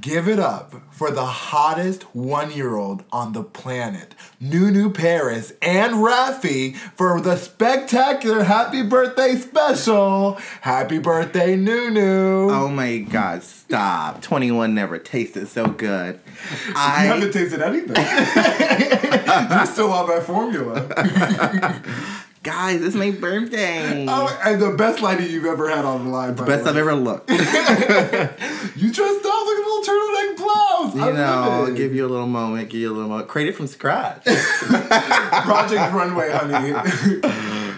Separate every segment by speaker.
Speaker 1: give it up for the hottest one year old on the planet, Nunu Paris and Rafi for the spectacular happy birthday special. Happy birthday, Nunu.
Speaker 2: Oh my god, stop. 21 never tasted so good.
Speaker 1: You
Speaker 2: I
Speaker 1: haven't tasted anything. You're still on that formula.
Speaker 2: guys, it's my birthday.
Speaker 1: Oh, and the best lady you've ever had on the line. by The
Speaker 2: Best I've ever looked. You
Speaker 1: You dressed up like a little turtleneck blouse. I
Speaker 2: know,
Speaker 1: love it.
Speaker 2: give you a little moment, give you a little moment. Create it from scratch.
Speaker 1: Project Runway, honey.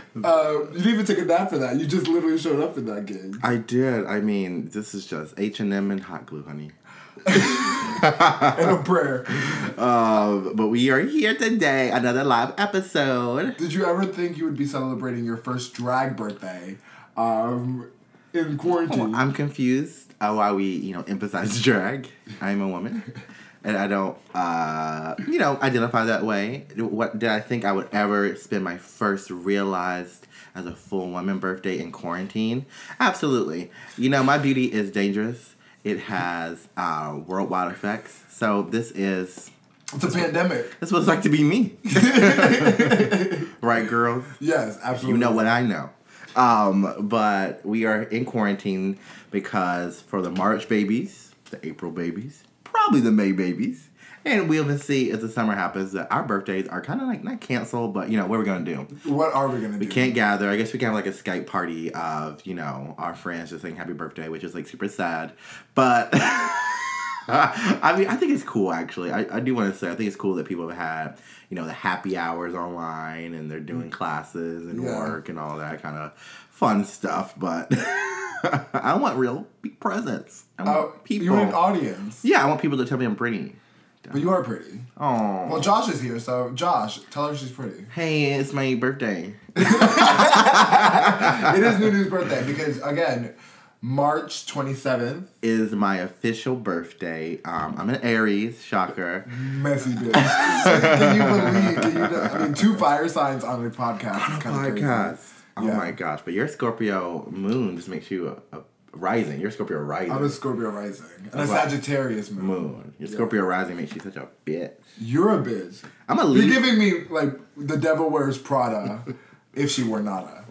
Speaker 1: uh, you didn't even take a nap for that. You just literally showed up to that gig.
Speaker 2: I did. I mean, this is just H and M and hot glue, honey.
Speaker 1: And a prayer.
Speaker 2: Um, but we are here today, another live episode.
Speaker 1: Did you ever think you would be celebrating your first drag birthday um, in quarantine?
Speaker 2: I'm confused uh, why we, you know, emphasize drag. I'm a woman, and I don't, uh, you know, identify that way. What did I think I would ever spend my first realized as a full woman birthday in quarantine? Absolutely. You know, my beauty is dangerous. It has uh, worldwide effects. So this is
Speaker 1: it's a pandemic.
Speaker 2: this was like to be me, right, girls?
Speaker 1: Yes, absolutely.
Speaker 2: You know what I know. Um, but we are in quarantine because for the March babies, the April babies, probably the May babies, and we'll even see if the summer happens that our birthdays are kind of like not canceled, but you know what we're gonna do.
Speaker 1: What are we gonna do?
Speaker 2: We can't gather. I guess we can have like a Skype party of you know our friends just saying happy birthday, which is like super sad. But I mean, I think it's cool actually. I, I do want to say I think it's cool that people have had you know the happy hours online and they're doing classes and
Speaker 1: Mm. Yeah.
Speaker 2: work and all that kind of fun stuff. But I want real big presents. I want
Speaker 1: Oh,
Speaker 2: people.
Speaker 1: You're an audience,
Speaker 2: yeah, I want people to tell me I'm pretty.
Speaker 1: but you are pretty.
Speaker 2: Oh,
Speaker 1: Well, Josh is here, so Josh, tell her she's pretty.
Speaker 2: hey, it's my birthday.
Speaker 1: it is Nunu's birthday because again, March twenty seventh,
Speaker 2: is my official birthday. Um, I'm an Aries, shocker.
Speaker 1: messy bitch. can you believe? Can you, I mean, two fire signs on a podcast. is kinda crazy.
Speaker 2: Podcast. Oh
Speaker 1: Yeah.
Speaker 2: my gosh! But your Scorpio moon just makes you a, a rising. Your Scorpio rising
Speaker 1: I'm a Scorpio rising and a
Speaker 2: Wow.
Speaker 1: Sagittarius moon.
Speaker 2: moon. Your Scorpio rising makes you such a bitch.
Speaker 1: You're a bitch.
Speaker 2: I'm a
Speaker 1: You're
Speaker 2: Libra.
Speaker 1: giving me like the devil wears Prada, if she were Nada.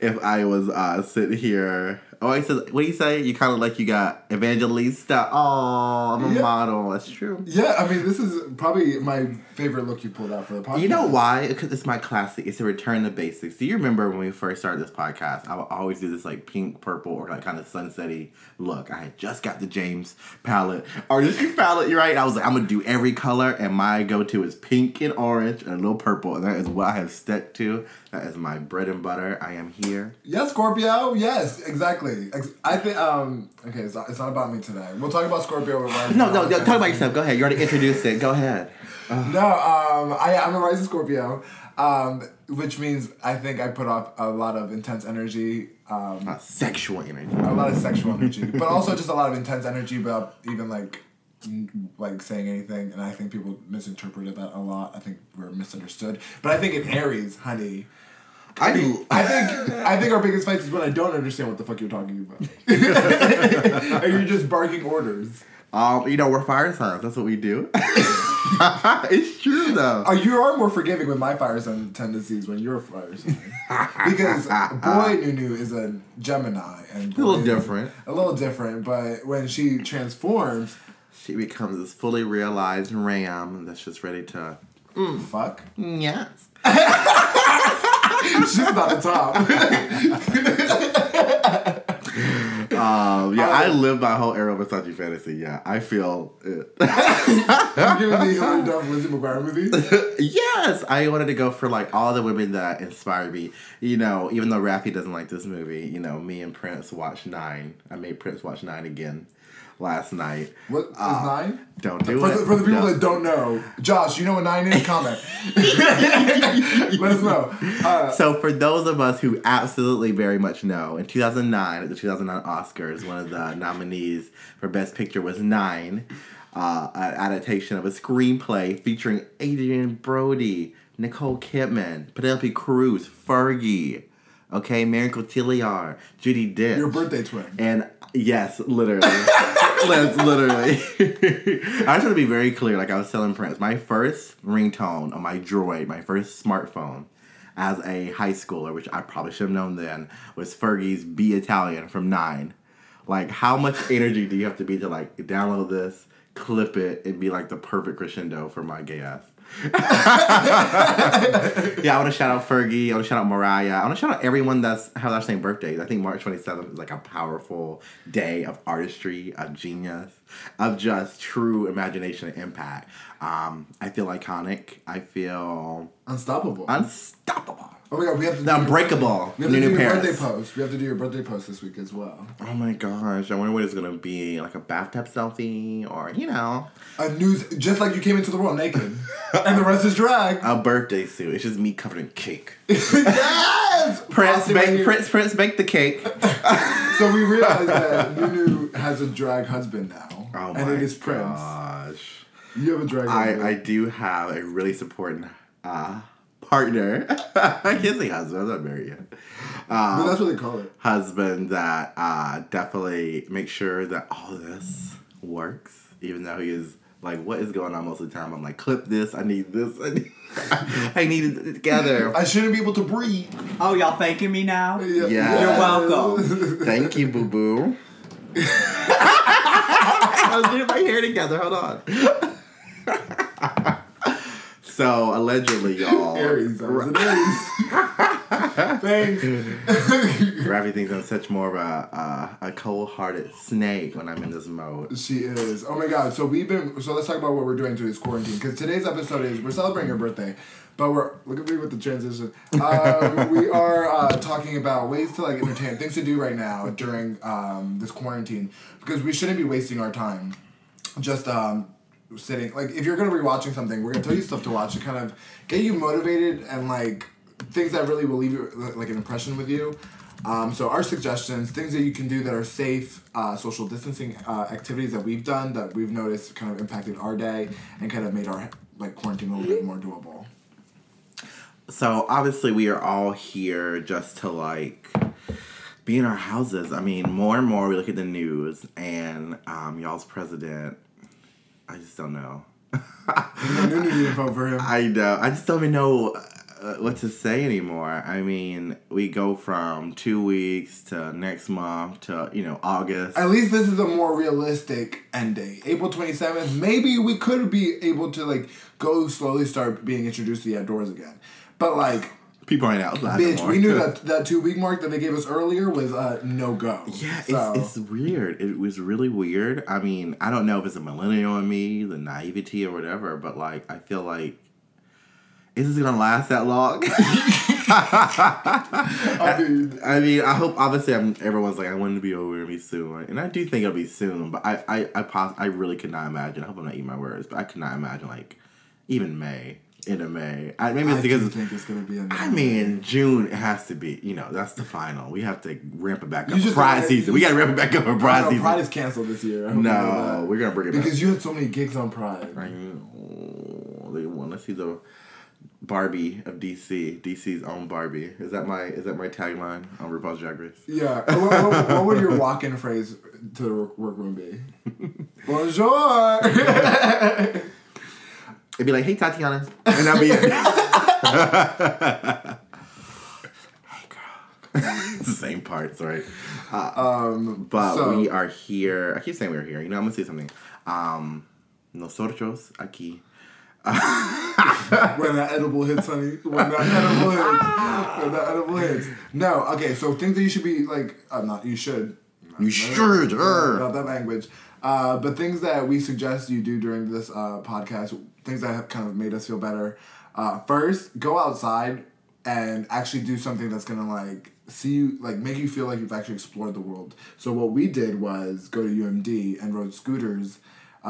Speaker 2: if I was uh sitting here. Oh, he says, what do you say? You kind of like you got Evangelista. Oh, I'm a
Speaker 1: Yeah.
Speaker 2: model. That's true.
Speaker 1: Yeah, I mean, this is probably my favorite look you pulled out for the podcast.
Speaker 2: You know why? Because it's my classic. It's a return to basics. Do you remember when we first started this podcast? I would always do this like pink, purple, or like kind of sunsetty look. I had just got the James palette, artistry palette. You're right. I was like, I'm gonna do every color, and my go-to is pink and orange and a little purple, and that is what I have stuck to. That is my bread and butter. I am here.
Speaker 1: Yes, Scorpio. Yes, exactly. Ex- I think. Um. Okay, it's not, it's not about me today. We'll talk about Scorpio. Right
Speaker 2: No, no, no. Talk about yourself. Go ahead. You already introduced it. Go ahead.
Speaker 1: No, um, I, I'm a rising Scorpio, um, which means I think I put off a lot of intense energy, um,
Speaker 2: Uh, sexual energy.
Speaker 1: a lot of sexual energy, but also just a lot of intense energy without even like n- like saying anything. And I think people misinterpreted that a lot. I think we're misunderstood. But I think in Aries, honey,
Speaker 2: I do.
Speaker 1: I think I think our biggest fight is when I don't understand what the fuck you're talking about, and you're just barking orders.
Speaker 2: Um, you know, we're fire signs. That's what we do. it's true though.
Speaker 1: Oh, you are more forgiving with my fire sign tendencies when you're a fire sign. because boy Nunu is a Gemini and
Speaker 2: A little
Speaker 1: boy-
Speaker 2: different.
Speaker 1: A little different, but when she transforms,
Speaker 2: She becomes this fully realized ram that's just ready to.
Speaker 1: fuck,
Speaker 2: Yes.
Speaker 1: she's not the top.
Speaker 2: Um, yeah, I
Speaker 1: Oh.
Speaker 2: live my whole Arrow Versace fantasy. Yeah, I feel it.
Speaker 1: You're giving me Hillary Duff, Lizzie McGuire movie.
Speaker 2: yes, I wanted to go for like all the women that inspire me. You know, even though Rafi doesn't like this movie, you know, me and Prince watched Nine. I made Prince watch Nine again last night.
Speaker 1: What is nine?
Speaker 2: Don't do
Speaker 1: For
Speaker 2: Ah. it.
Speaker 1: the, for the people
Speaker 2: No.
Speaker 1: that don't know, Josh, you know what nine is? Comment. Let us know. Uh,
Speaker 2: So for those of us who absolutely very much know, in 2009 at the 2009 Oscars, one of the nominees for Best Picture was Nine, uh, an adaptation of a screenplay featuring Adrian Brody, Nicole Kidman, Penelope Cruz, Fergie, okay, Marion Cotillard, Judy Dench,
Speaker 1: your birthday twin.
Speaker 2: and yes, literally. That's literally. I just want to be very clear. Like I was telling Prince, my first ringtone on my Droid, my first smartphone, as a high schooler, which I probably should have known then, was Fergie's "Be Italian" from Nine. Like, how much energy do you have to be to like download this, clip it, and be like the perfect crescendo for my gay ass? yeah, I want to shout out Fergie. I want to shout out Mariah. I want to shout out everyone that's has their same birthdays. I think March 27th is like a powerful day of artistry, of genius, of just true imagination and impact. Um, I feel iconic. I feel
Speaker 1: Unstoppable.
Speaker 2: unstoppable,
Speaker 1: oh my god, we have to
Speaker 2: the
Speaker 1: do,
Speaker 2: unbreakable.
Speaker 1: we have to do
Speaker 2: New
Speaker 1: your
Speaker 2: Paris.
Speaker 1: birthday post. We have to do your birthday post this week as well.
Speaker 2: Oh my gosh! I wonder what it's gonna be like a bathtub selfie, or you know,
Speaker 1: A news, just like you came into the world naked, and the rest is drag.
Speaker 2: a birthday suit. It's just me covered in cake.
Speaker 1: yes,
Speaker 2: Prince,
Speaker 1: Frosty right
Speaker 2: bake,
Speaker 1: here.
Speaker 2: Prince, Prince, bake the cake.
Speaker 1: So we realize that Nunu has a drag husband now,
Speaker 2: Oh
Speaker 1: and
Speaker 2: my
Speaker 1: it is Prince.
Speaker 2: gosh.
Speaker 1: You have a drag husband.
Speaker 2: I, I do have a really supporting uh, partner. I can't say husband, I'm not married yet.
Speaker 1: but that's what they call it.
Speaker 2: Husband that uh, definitely makes sure that all this works, even though he is like, what is going on most of the time? I'm like, clip this, I need this, I need, I need it together.
Speaker 1: I shouldn't be able to breathe.
Speaker 3: Oh, y'all thanking me now?
Speaker 1: Yeah.
Speaker 2: Yes.
Speaker 3: You're welcome.
Speaker 2: Thank you, boo boo. I was doing my hair together, hold on. so, allegedly, y'all.
Speaker 1: Aries, I was an Aries. Thanks.
Speaker 2: Ravi thinks I'm such more of a, a, a cold hearted snake when I'm in this mode.
Speaker 1: she is. Oh my god. So we've been. So let's talk about what we're doing through this quarantine. Because today's episode is we're celebrating your birthday, but we're look at me with the transition. Um, we are uh, talking about ways to like entertain, things to do right now during um, this quarantine, because we shouldn't be wasting our time. just um sitting like if you're gonna be watching something we're gonna tell you stuff to watch to kind of get you motivated and like things that really will leave you like an impression with you um, so our suggestions things that you can do that are safe uh, social distancing uh, activities that we've done that we've noticed kind of impacted our day and kind of made our like quarantine a little bit more doable
Speaker 2: So, obviously, we are all here just to like be in our houses. I mean, more and more we look at the news and um, y'all's president. I just don't know.
Speaker 1: no no need to vote for him
Speaker 2: I know. I just don't even know uh, what to say anymore. I mean, we go from two weeks to next month to, you know, August.
Speaker 1: at least this is a more realistic end date. April 27th, maybe we could be able to like go slowly start being introduced to the outdoors again. But like,
Speaker 2: People aren't outside.
Speaker 1: bitch,
Speaker 2: anymore.
Speaker 1: we knew that that two week mark that they gave us earlier was uh, no go.
Speaker 2: Yeah, it's,
Speaker 1: So,
Speaker 2: it's weird. It was really weird. I mean, I don't know if it's a millennial in me, the naivety or whatever, but like, I feel like, is this gonna last that long?
Speaker 1: I mean,
Speaker 2: I mean, I hope obviously I'm, everyone's like, I want it to be over and be soon, and I do think it'll be soon. But I, I, I, pos- I really could not imagine. I hope I'm not eating my words, but I could not imagine like even May, into May. I, maybe it's
Speaker 1: I do
Speaker 2: because
Speaker 1: think it's gonna be. a no.
Speaker 2: I mean, June it has to be. You know, that's the final. We have to ramp it back
Speaker 1: You
Speaker 2: up. for
Speaker 1: just-
Speaker 2: Pride season. We got to ramp it back up for
Speaker 1: I
Speaker 2: Pride
Speaker 1: don't know,
Speaker 2: season.
Speaker 1: Pride is canceled this year. I hope you know
Speaker 2: no,
Speaker 1: that.
Speaker 2: we're gonna bring it back.
Speaker 1: because you had so many gigs on Pride.
Speaker 2: I know. They want to see the Barbie of DC. DC's own Barbie. Is that my is that my tagline on RuPaul's Drag Race?
Speaker 1: Yeah. what, what, what would your walk-in phrase to the work- workroom be? Bonjour.
Speaker 2: It'd be like, "Hey Tatiana," and that'd be it. hey girl. Same parts, right?
Speaker 1: um,
Speaker 2: But
Speaker 1: So-
Speaker 2: we are here. I keep saying we're here. You know, I'm gonna say something. Um, nosotros aquí.
Speaker 1: When that edible hits, honey. When that edible
Speaker 2: Ah.
Speaker 1: hits. When that edible hits. No, okay, so things that you should be like, uh, not, you should.
Speaker 2: You should.
Speaker 1: Not,
Speaker 2: er.
Speaker 1: that language. Uh, but things that we suggest you do during this uh, podcast, things that have kind of made us feel better. Uh, first, go outside and actually do something that's gonna like see you, like make you feel like you've actually explored the world. So what we did was go to UMD and rode scooters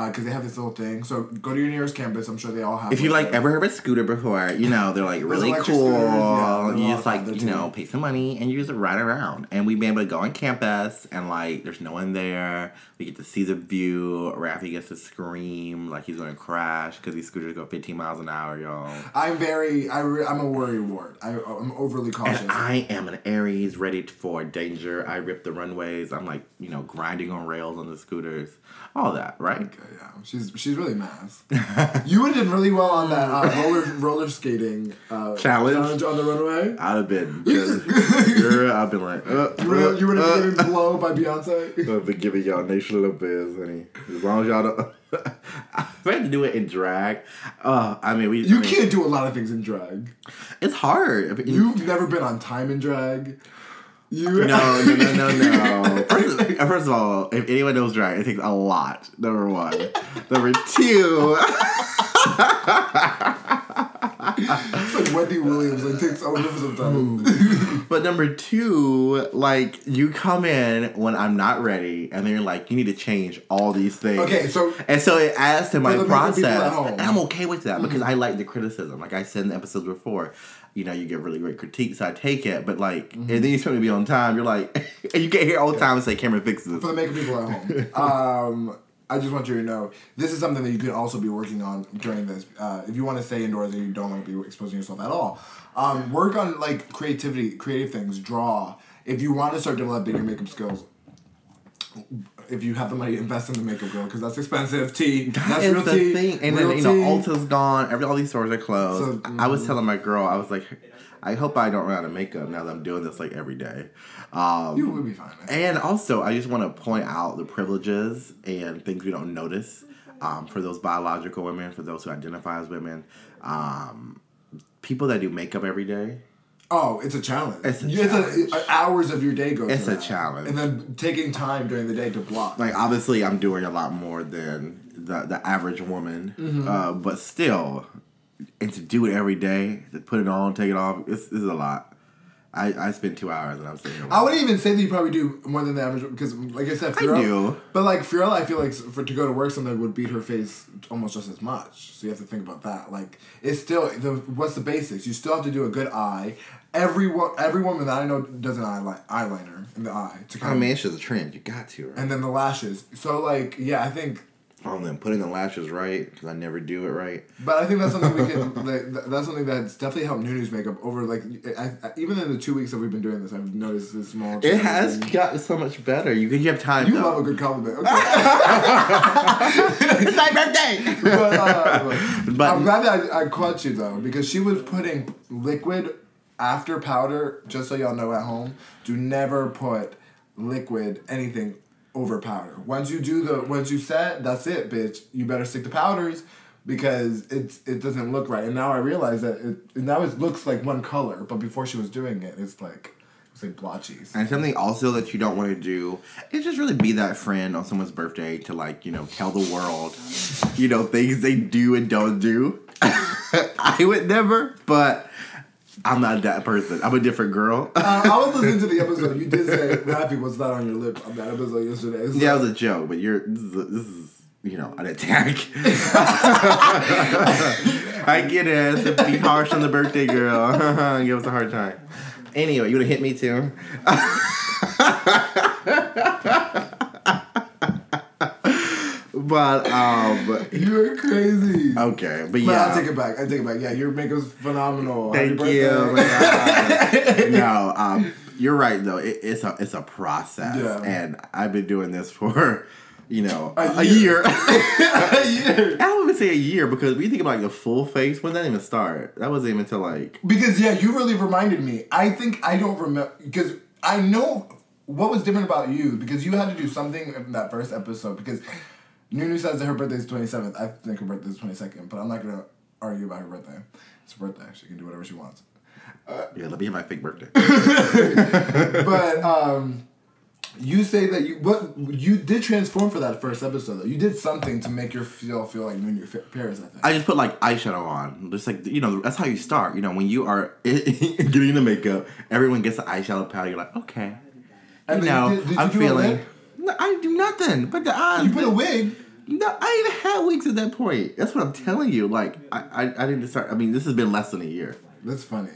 Speaker 1: because they have this little thing. So go to your nearest campus. I'm sure they all have.
Speaker 2: If you
Speaker 1: one
Speaker 2: like
Speaker 1: there.
Speaker 2: ever heard of a scooter before, you know they're like really
Speaker 1: electric
Speaker 2: cool.
Speaker 1: scooters, yeah, they're a
Speaker 2: you
Speaker 1: lot
Speaker 2: just
Speaker 1: of
Speaker 2: like
Speaker 1: fun,
Speaker 2: you
Speaker 1: they're
Speaker 2: know
Speaker 1: cheap.
Speaker 2: pay some money and you just ride around. And we've been able to go on campus and like there's no one there. We get to see the view. Raffy gets to scream like he's gonna crash because these scooters go 15 miles an hour, y'all.
Speaker 1: I'm very, I re- I'm a worry ward. I, I'm overly cautious.
Speaker 2: And I am an Aries, ready for danger. I rip the runways. I'm like you know grinding on rails on the scooters, all that right.
Speaker 1: yeah, she's she's really mass. you would have done really well on that uh, roller roller skating uh,
Speaker 2: Challenge? Uh,
Speaker 1: on the runway.
Speaker 2: I'd have been, girl, I've been like, uh,
Speaker 1: You would have, you would have
Speaker 2: uh,
Speaker 1: been getting blow by Beyonce.
Speaker 2: I've been giving y'all nation of biz, honey. As long as y'all don't. If I had to do it in drag, uh, I mean, we. I
Speaker 1: You
Speaker 2: mean,
Speaker 1: can't do a lot of things in drag.
Speaker 2: It's hard. I mean,
Speaker 1: You've never been on time in drag. You
Speaker 2: No, no, no, no, no. First, of- first of all, if anyone knows drag, it takes a lot. Number one. Number two.
Speaker 1: It's like Wendy Williams. Like takes over sometimes.
Speaker 2: But number two, like, you come in when I'm not ready, and then you're like, you need to change all these things.
Speaker 1: Okay, so-
Speaker 2: And so it adds to my
Speaker 1: the people at
Speaker 2: process.
Speaker 1: home. Mm-hmm.
Speaker 2: And I'm okay with that because I like the criticism. Like I said in the episodes before, you know, you get really great critiques, I take it, but like,
Speaker 1: Mm-hmm.
Speaker 2: and then you expect me to be on time, you're like, and you get here all the time and say, Cameron, fix this.
Speaker 1: for the makeup people at home. Um, I just want you to know this is something that you could also be working on during this. Uh, if you want to stay indoors and you don't want to be exposing yourself at all, um, work on like creativity, creative things, draw. If you want to start developing your makeup skills, if you have the money, invest in the makeup girl because that's expensive. Tea, that's
Speaker 2: It's
Speaker 1: real
Speaker 2: the
Speaker 1: tea.
Speaker 2: thing. And
Speaker 1: real
Speaker 2: then, you know,
Speaker 1: tea.
Speaker 2: Ulta's gone. Every, all these stores are closed.
Speaker 1: So, mm-hmm.
Speaker 2: I- I was telling my girl, I was like, I hope I don't run out of makeup now that I'm doing this like every day. Um,
Speaker 1: you would be fine.
Speaker 2: And also, I just want to point out the privileges and things we don't notice um, for those biological women, for those who identify as women, um, people that do makeup every day.
Speaker 1: Oh, it's a challenge.
Speaker 2: It's a
Speaker 1: Yeah,
Speaker 2: challenge.
Speaker 1: uh, hours of your day go. to
Speaker 2: It's a
Speaker 1: that.
Speaker 2: challenge.
Speaker 1: And then taking time during the day to block.
Speaker 2: Like, obviously, I'm doing a lot more than the, the average woman, uh, but still, and to do it every day, to put it on, take it off, it's, it's a lot. I, I spent two hours and I'm sitting here.
Speaker 1: I wouldn't even say that you probably do more than the average because, like I said, Fiorella,
Speaker 2: do.
Speaker 1: But like Fiorella, I feel like for to go to work, something would beat her face almost just as much. So you have to think about that. Like it's still the what's the basics? You still have to do a good eye. Every wo- every woman that I know does an eyeliner, eyeliner in the eye to kind
Speaker 2: I
Speaker 1: of,
Speaker 2: mean, it's just a trend. You got to, right?
Speaker 1: and then the lashes. So like yeah, I think.
Speaker 2: And then putting the lashes right, because I never do it right.
Speaker 1: But I think that's something we can. that, that- that's something that's definitely helped Nunu's makeup over like I, I, even in the two weeks that we've been doing this, I've noticed this small.
Speaker 2: It
Speaker 1: change.
Speaker 2: has gotten so much better. You you have time.
Speaker 1: You
Speaker 2: though.
Speaker 1: love a good compliment. Okay.
Speaker 2: it's my birthday.
Speaker 1: but, uh,
Speaker 2: But-
Speaker 1: I'm glad that I, I caught you though because she was putting liquid after powder. Just so y'all know at home, do never put liquid anything over powder. Once you do the once you set, that's it, bitch. You better stick to powders because it's it doesn't look right. And now I realize that it now it looks like one color, but before she was doing it, it's like it's like blotches.
Speaker 2: and something also that you don't want to do is just really be that friend on someone's birthday to like you know tell the world, you know things they do and don't do. I would never, but I'm not that person. I'm a different girl.
Speaker 1: Uh, I was listening to the episode. You did say Rappy was not on your lip on that episode yesterday. So-
Speaker 2: yeah, it was a joke, but you're this is, this is you know an attack. I get it. It's a be harsh on the birthday girl. Give us a hard time. Anyway, you would have hit me too. but um,
Speaker 1: You're crazy.
Speaker 2: okay, but
Speaker 1: But
Speaker 2: yeah.
Speaker 1: I'll take it back. I take it back. Yeah, your makeup's phenomenal. Happy
Speaker 2: Thank
Speaker 1: birthday.
Speaker 2: you. Oh my God. no, um, you're right though. It, it's a it's a process,
Speaker 1: Yeah.
Speaker 2: and I've been doing this for you know
Speaker 1: A
Speaker 2: a,
Speaker 1: year.
Speaker 2: year.
Speaker 1: Yeah.
Speaker 2: I don't even say a year because we think about like the full face. When did that even start? That wasn't even until like
Speaker 1: Because yeah, you really reminded me. I think I don't remember because I know what was different about you because you had to do something in that first episode because Nunu says that her birthday is twenty seventh. I think her birthday is twenty second, but I'm not gonna argue about her birthday. It's her birthday. She can do whatever she wants.
Speaker 2: yeah. Let me have my fake birthday.
Speaker 1: But um, you say that you what you did transform for that first episode though. You did something to make your feel feel like Nunu Fa- Paris. I think.
Speaker 2: I just put like eyeshadow on. Just like you know, that's how you start. You know, when you are getting the makeup, everyone gets the eyeshadow powder. You're like, okay,
Speaker 1: And
Speaker 2: you
Speaker 1: then
Speaker 2: know,
Speaker 1: you did- did you
Speaker 2: I'm
Speaker 1: do a
Speaker 2: feeling.
Speaker 1: lip?
Speaker 2: No, I do nothing but the eyes.
Speaker 1: you put a wig.
Speaker 2: No, I even had wigs at that point. That's what I'm telling you. Like, I, I, I didn't start. I mean, this has been less than a year.
Speaker 1: That's funny.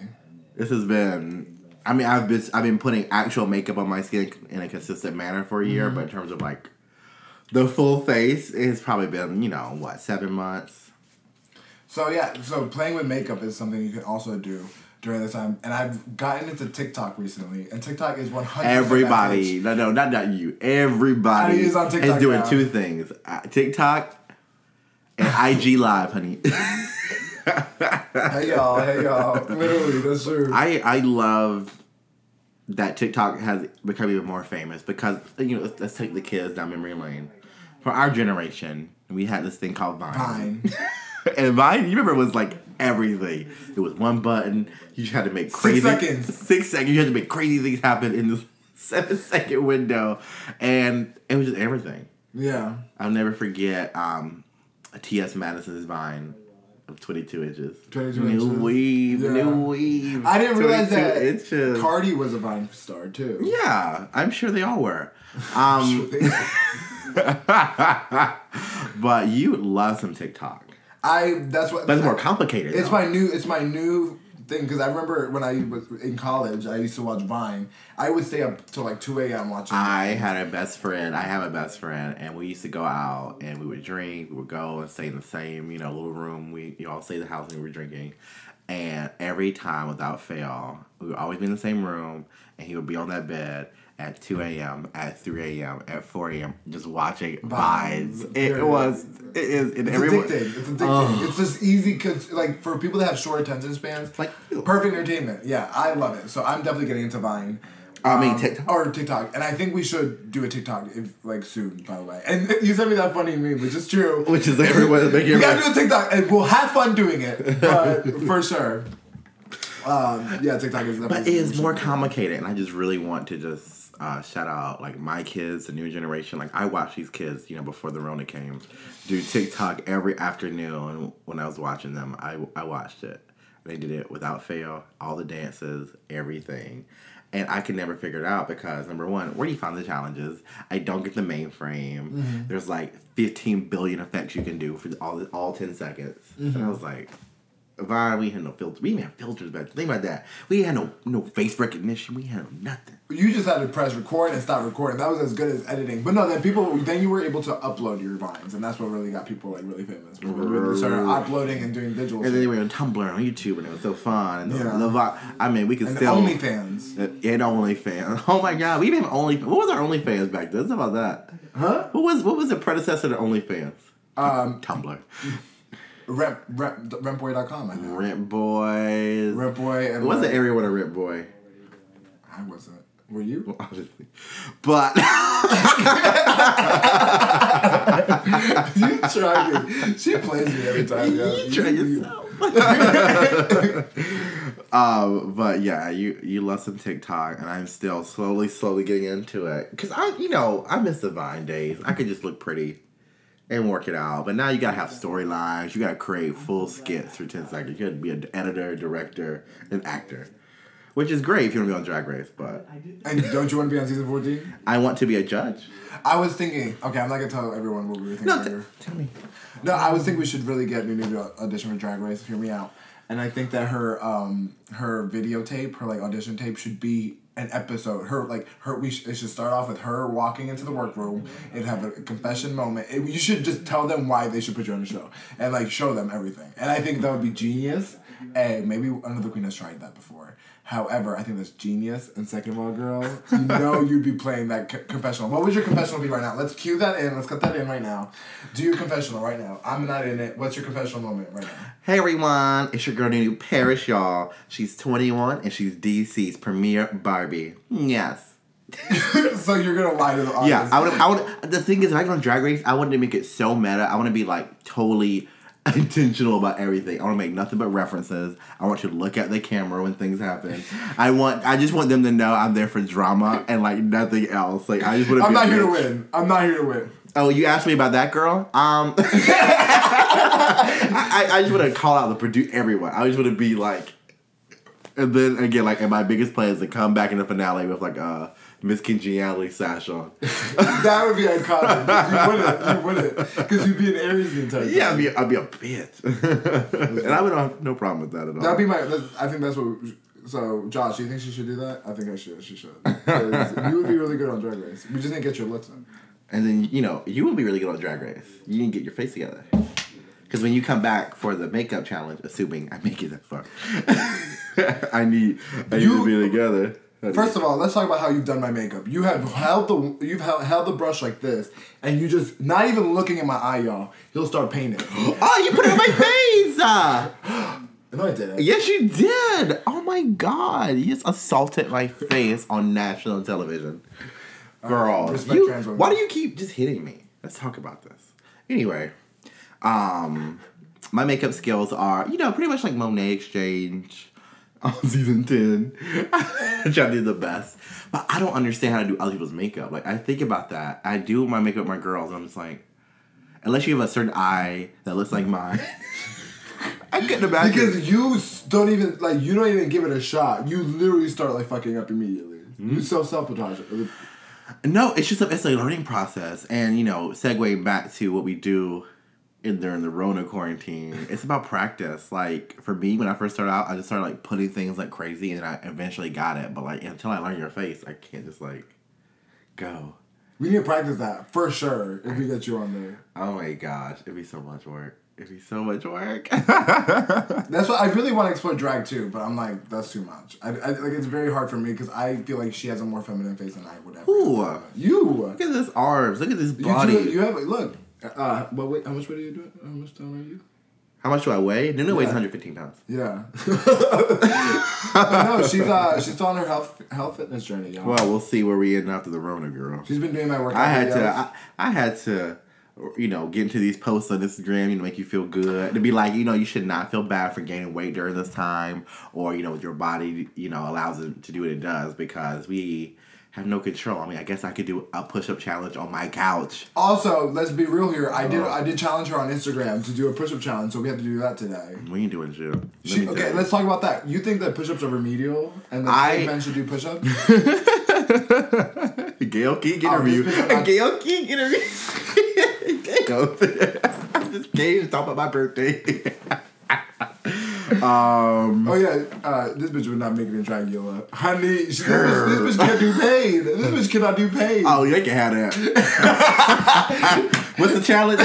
Speaker 2: This has been. I mean, I've been I've been putting actual makeup on my skin in a consistent manner for a
Speaker 1: Mm-hmm.
Speaker 2: year, but in terms of like the full face, it's probably been you know what seven months.
Speaker 1: So yeah, so playing with makeup is something you can also do during this time. And I've gotten into TikTok recently, and TikTok is one hundred.
Speaker 2: Everybody, no, no, not not you. Everybody
Speaker 1: Everybody's on TikTok
Speaker 2: is doing
Speaker 1: now.
Speaker 2: two things: uh, TikTok and IG Live, honey.
Speaker 1: Hey y'all, hey y'all. Literally, that's true.
Speaker 2: I I love that TikTok has become even more famous because you know let's, let's take the kids down memory lane. For our generation, we had this thing called Vine,
Speaker 1: Fine.
Speaker 2: and Vine you remember was like everything. There was one button. You just had to make crazy
Speaker 1: seconds.
Speaker 2: Six seconds. You had to make crazy things happen in this seven second window, and it was just everything.
Speaker 1: Yeah.
Speaker 2: I'll never forget um, T.S. Madison's Vine of 22 inches.
Speaker 1: 22
Speaker 2: new
Speaker 1: inches.
Speaker 2: weave,
Speaker 1: Yeah.
Speaker 2: new weave.
Speaker 1: I didn't realize
Speaker 2: 22
Speaker 1: that
Speaker 2: Inches.
Speaker 1: Cardi was a Vine star too.
Speaker 2: yeah, I'm sure they all were. Um, but you love some TikTok.
Speaker 1: I. That's what.
Speaker 2: But it's more complicated.
Speaker 1: It's
Speaker 2: though.
Speaker 1: my new. It's my new thing because I remember when I was in college, I used to watch Vine. I would stay up till like two a.m. watching.
Speaker 2: I had a best friend. I have a best friend, and we used to go out and we would drink. We would go and stay in the same, you know, little room. We you all stay in the house and we were drinking. And every time, without fail, we would always be in the same room, and he would be on that bed at two a.m., at three a.m., at four a.m., just watching
Speaker 1: Vines.
Speaker 2: vines. It
Speaker 1: Period.
Speaker 2: was it is and
Speaker 1: It's
Speaker 2: everyone.
Speaker 1: addicting. It's addicting. It's just easy because, like, for people that have short attention spans,
Speaker 2: Like you.
Speaker 1: perfect entertainment. Yeah, I love it. So I'm definitely getting into Vine.
Speaker 2: I
Speaker 1: Um,
Speaker 2: mean, TikTok.
Speaker 1: or TikTok, and I think we should do a TikTok if like soon. By the way, and you sent me that funny meme, which is true.
Speaker 2: Which is everyone making
Speaker 1: We gotta do a TikTok, and we'll have fun doing it, but for sure. Um, yeah, TikTok is
Speaker 2: But
Speaker 1: definitely.
Speaker 2: it is more complicated, and I just really want to just uh, shout out like my kids, the new generation. Like I watched these kids, you know, before the Rona came, do TikTok every afternoon. When I was watching them, I I watched it. They did it without fail, all the dances, everything. And I could never figure it out because number one, where do you find the challenges? I don't get the mainframe. There's like 15 billion effects you can do for all all 10 seconds. And I was like, Vine, we had no filters. We didn't have filters back. then. Think about that. We had no no face recognition. We had no nothing.
Speaker 1: You just had to press record and stop recording. That was as good as editing. But no, then people, then you were able to upload your vines, and that's what really got people like really famous. People really started uploading and doing digital.
Speaker 2: And then
Speaker 1: shit.
Speaker 2: we were on Tumblr on YouTube, and it was so fun. And the,
Speaker 1: Yeah.
Speaker 2: the vi- I mean, we could
Speaker 1: And
Speaker 2: sell
Speaker 1: OnlyFans.
Speaker 2: and OnlyFans. Oh my God, we didn't have Only. What was our OnlyFans back then? Think about that.
Speaker 1: Huh?
Speaker 2: What was what was the predecessor to OnlyFans?
Speaker 1: Um,
Speaker 2: Tumblr,
Speaker 1: Rent, rent, rentboy.com, I think.
Speaker 2: Rent Boys.
Speaker 1: Rent Boy and
Speaker 2: It wasn't
Speaker 1: like-
Speaker 2: everyone a Rent Boy,
Speaker 1: I wasn't. Were you?
Speaker 2: obviously, but.
Speaker 1: you tried me. She plays me every time. Yeah.
Speaker 2: You try yourself. um, but yeah, you you love some TikTok, and I'm still slowly, slowly getting into it. Cause I, you know, I miss the Vine days. I could just look pretty and work it out. But now you gotta have storylines. You gotta create full skits for ten seconds. You gotta be an editor, director, and actor, which is great if you want to be on Drag Race. But
Speaker 1: And don't you want to be on season 14?
Speaker 2: I want to be a judge.
Speaker 1: I was thinking, okay, I'm not going to tell everyone what we were thinking.
Speaker 2: No, t-
Speaker 1: earlier.
Speaker 2: tell me.
Speaker 1: No, I was thinking we should really get Nunu to audition for Drag Race. Hear me out. And I think that her um her videotape, her like audition tape, should be an episode. Her like her we sh- it should start off with her walking into the workroom and have a confession moment. It- you should just tell them why they should put you on the show and like show them everything. And I think that would be genius. Hey, maybe another queen has tried that before. However, I think that's genius. And second of all, girl, you know you'd be playing that c- confessional. What would your confessional be right now? Let's cue that in. Let's cut that in right now. Do your confessional right now. I'm not in it. What's your confessional moment right now?
Speaker 2: Hey everyone, it's your girl Nunu Parrish, y'all. She's 21 and she's DC's premier Barbie. Yes.
Speaker 1: so you're gonna lie to the audience.
Speaker 2: Yeah, I would. I would. The thing is, if I go on Drag Race, I wanted to make it so meta. I want to be like totally intentional about everything. I want to make nothing but references. I want you to look at the camera when things happen. I want. I just want them to know I'm there for drama and like nothing else. Like I just want to.
Speaker 1: I'm
Speaker 2: be a
Speaker 1: not here to
Speaker 2: bitch.
Speaker 1: win. I'm not here to win.
Speaker 2: Oh, you asked me about that girl. Um, I, I- I just want to call out the produce everyone. I just want to be like And then again, like, and my biggest plan is to come back in the finale with like uh Miss Congeniality sash on.
Speaker 1: That would be uncommon. You wouldn't. You wouldn't. Because you'd be an Aries the entire time.
Speaker 2: Yeah, I'd be, I'd be a bitch. and I would have no problem with that at all.
Speaker 1: That'd be my. that- I think that's what. So, Josh, do you think she should do that? I think I should. She should. 'Cause you would be really good on Drag Race. We just didn't get your looks in.
Speaker 2: and then, you know, you would be really good on Drag Race. You didn't get your face together. Because when you come back for the makeup challenge, assuming I make it that far, I need, I need
Speaker 1: You-
Speaker 2: to be together.
Speaker 1: First of all, let's talk about how you've done my makeup. You have held the you've held, held the brush like this, and you just not even looking in my eye, y'all. You'll start painting.
Speaker 2: oh, you put it on my face!
Speaker 1: no, I didn't.
Speaker 2: Yes, you did. Oh my god, you just assaulted my face on national television, girl.
Speaker 1: respect
Speaker 2: you-
Speaker 1: trans women.
Speaker 2: why do you keep just hitting me? Let's talk about this. Anyway, um, my makeup skills are you know pretty much like Monet Exchange on season ten, which I did the best. But I don't understand how to do other people's makeup. Like I think about that. I do my makeup with my girls, and I'm just like, unless you have a certain eye that looks like mine. I couldn't imagine.
Speaker 1: Because you s- don't even like you don't even give it a shot. You literally start like fucking up immediately. You self sabotage.
Speaker 2: No, it's just a, it's a learning process, and you know, segueing back to what we do in during the Rona quarantine, it's about practice. Like for me, when I first started out, I just started like putting things like crazy, and I eventually got it. But like until I learn your face, I can't just like go.
Speaker 1: We need to practice that for sure if we get you on there.
Speaker 2: Oh my gosh, it'd be so much work. It'd be so much work.
Speaker 1: That's why I really want to explore drag too, but I'm like that's too much. I, I like it's very hard for me because I feel like she has a more feminine face than I would ever.
Speaker 2: Ooh,
Speaker 1: You.
Speaker 2: look at this arms. Look at this
Speaker 1: You,
Speaker 2: body.
Speaker 1: do, you have look. Uh, but wait, how much weight are you doing? How much down are you?
Speaker 2: How much do I weigh? Nuna weighs 115 pounds.
Speaker 1: Yeah. no, she's uh, she's still on her health health fitness journey, y'all.
Speaker 2: Well, we'll see where we end after the Rona, girl.
Speaker 1: she's been doing my workout.
Speaker 2: I had to,
Speaker 1: videos.
Speaker 2: I, I had to, you know, get into these posts on Instagram, you know, make you feel good. To be like, you know, you should not feel bad for gaining weight during this time, or you know, your body, you know, allows it to do what it does because we have no control. I mean, I guess I could do a push-up challenge on my couch.
Speaker 1: Also, let's be real here. I
Speaker 2: Oh.
Speaker 1: did I did challenge her on Instagram to do a push up challenge, so we have to do that today.
Speaker 2: We ain't doing shit. Let
Speaker 1: She-
Speaker 2: me tell
Speaker 1: okay,
Speaker 2: you.
Speaker 1: let's talk about that. You think that push ups are remedial and that
Speaker 2: I-
Speaker 1: straight men should do push ups?
Speaker 2: Gail King
Speaker 1: Oh,
Speaker 2: interview.
Speaker 1: this bitch-
Speaker 2: A Gail King interview. Go. I just came to talk about my birthday.
Speaker 1: oh yeah, uh, this bitch would not make it in Dragula. Honey, she, this, bitch, this bitch can't do paid. This bitch cannot do paid.
Speaker 2: Oh, they can have that. What's the challenge?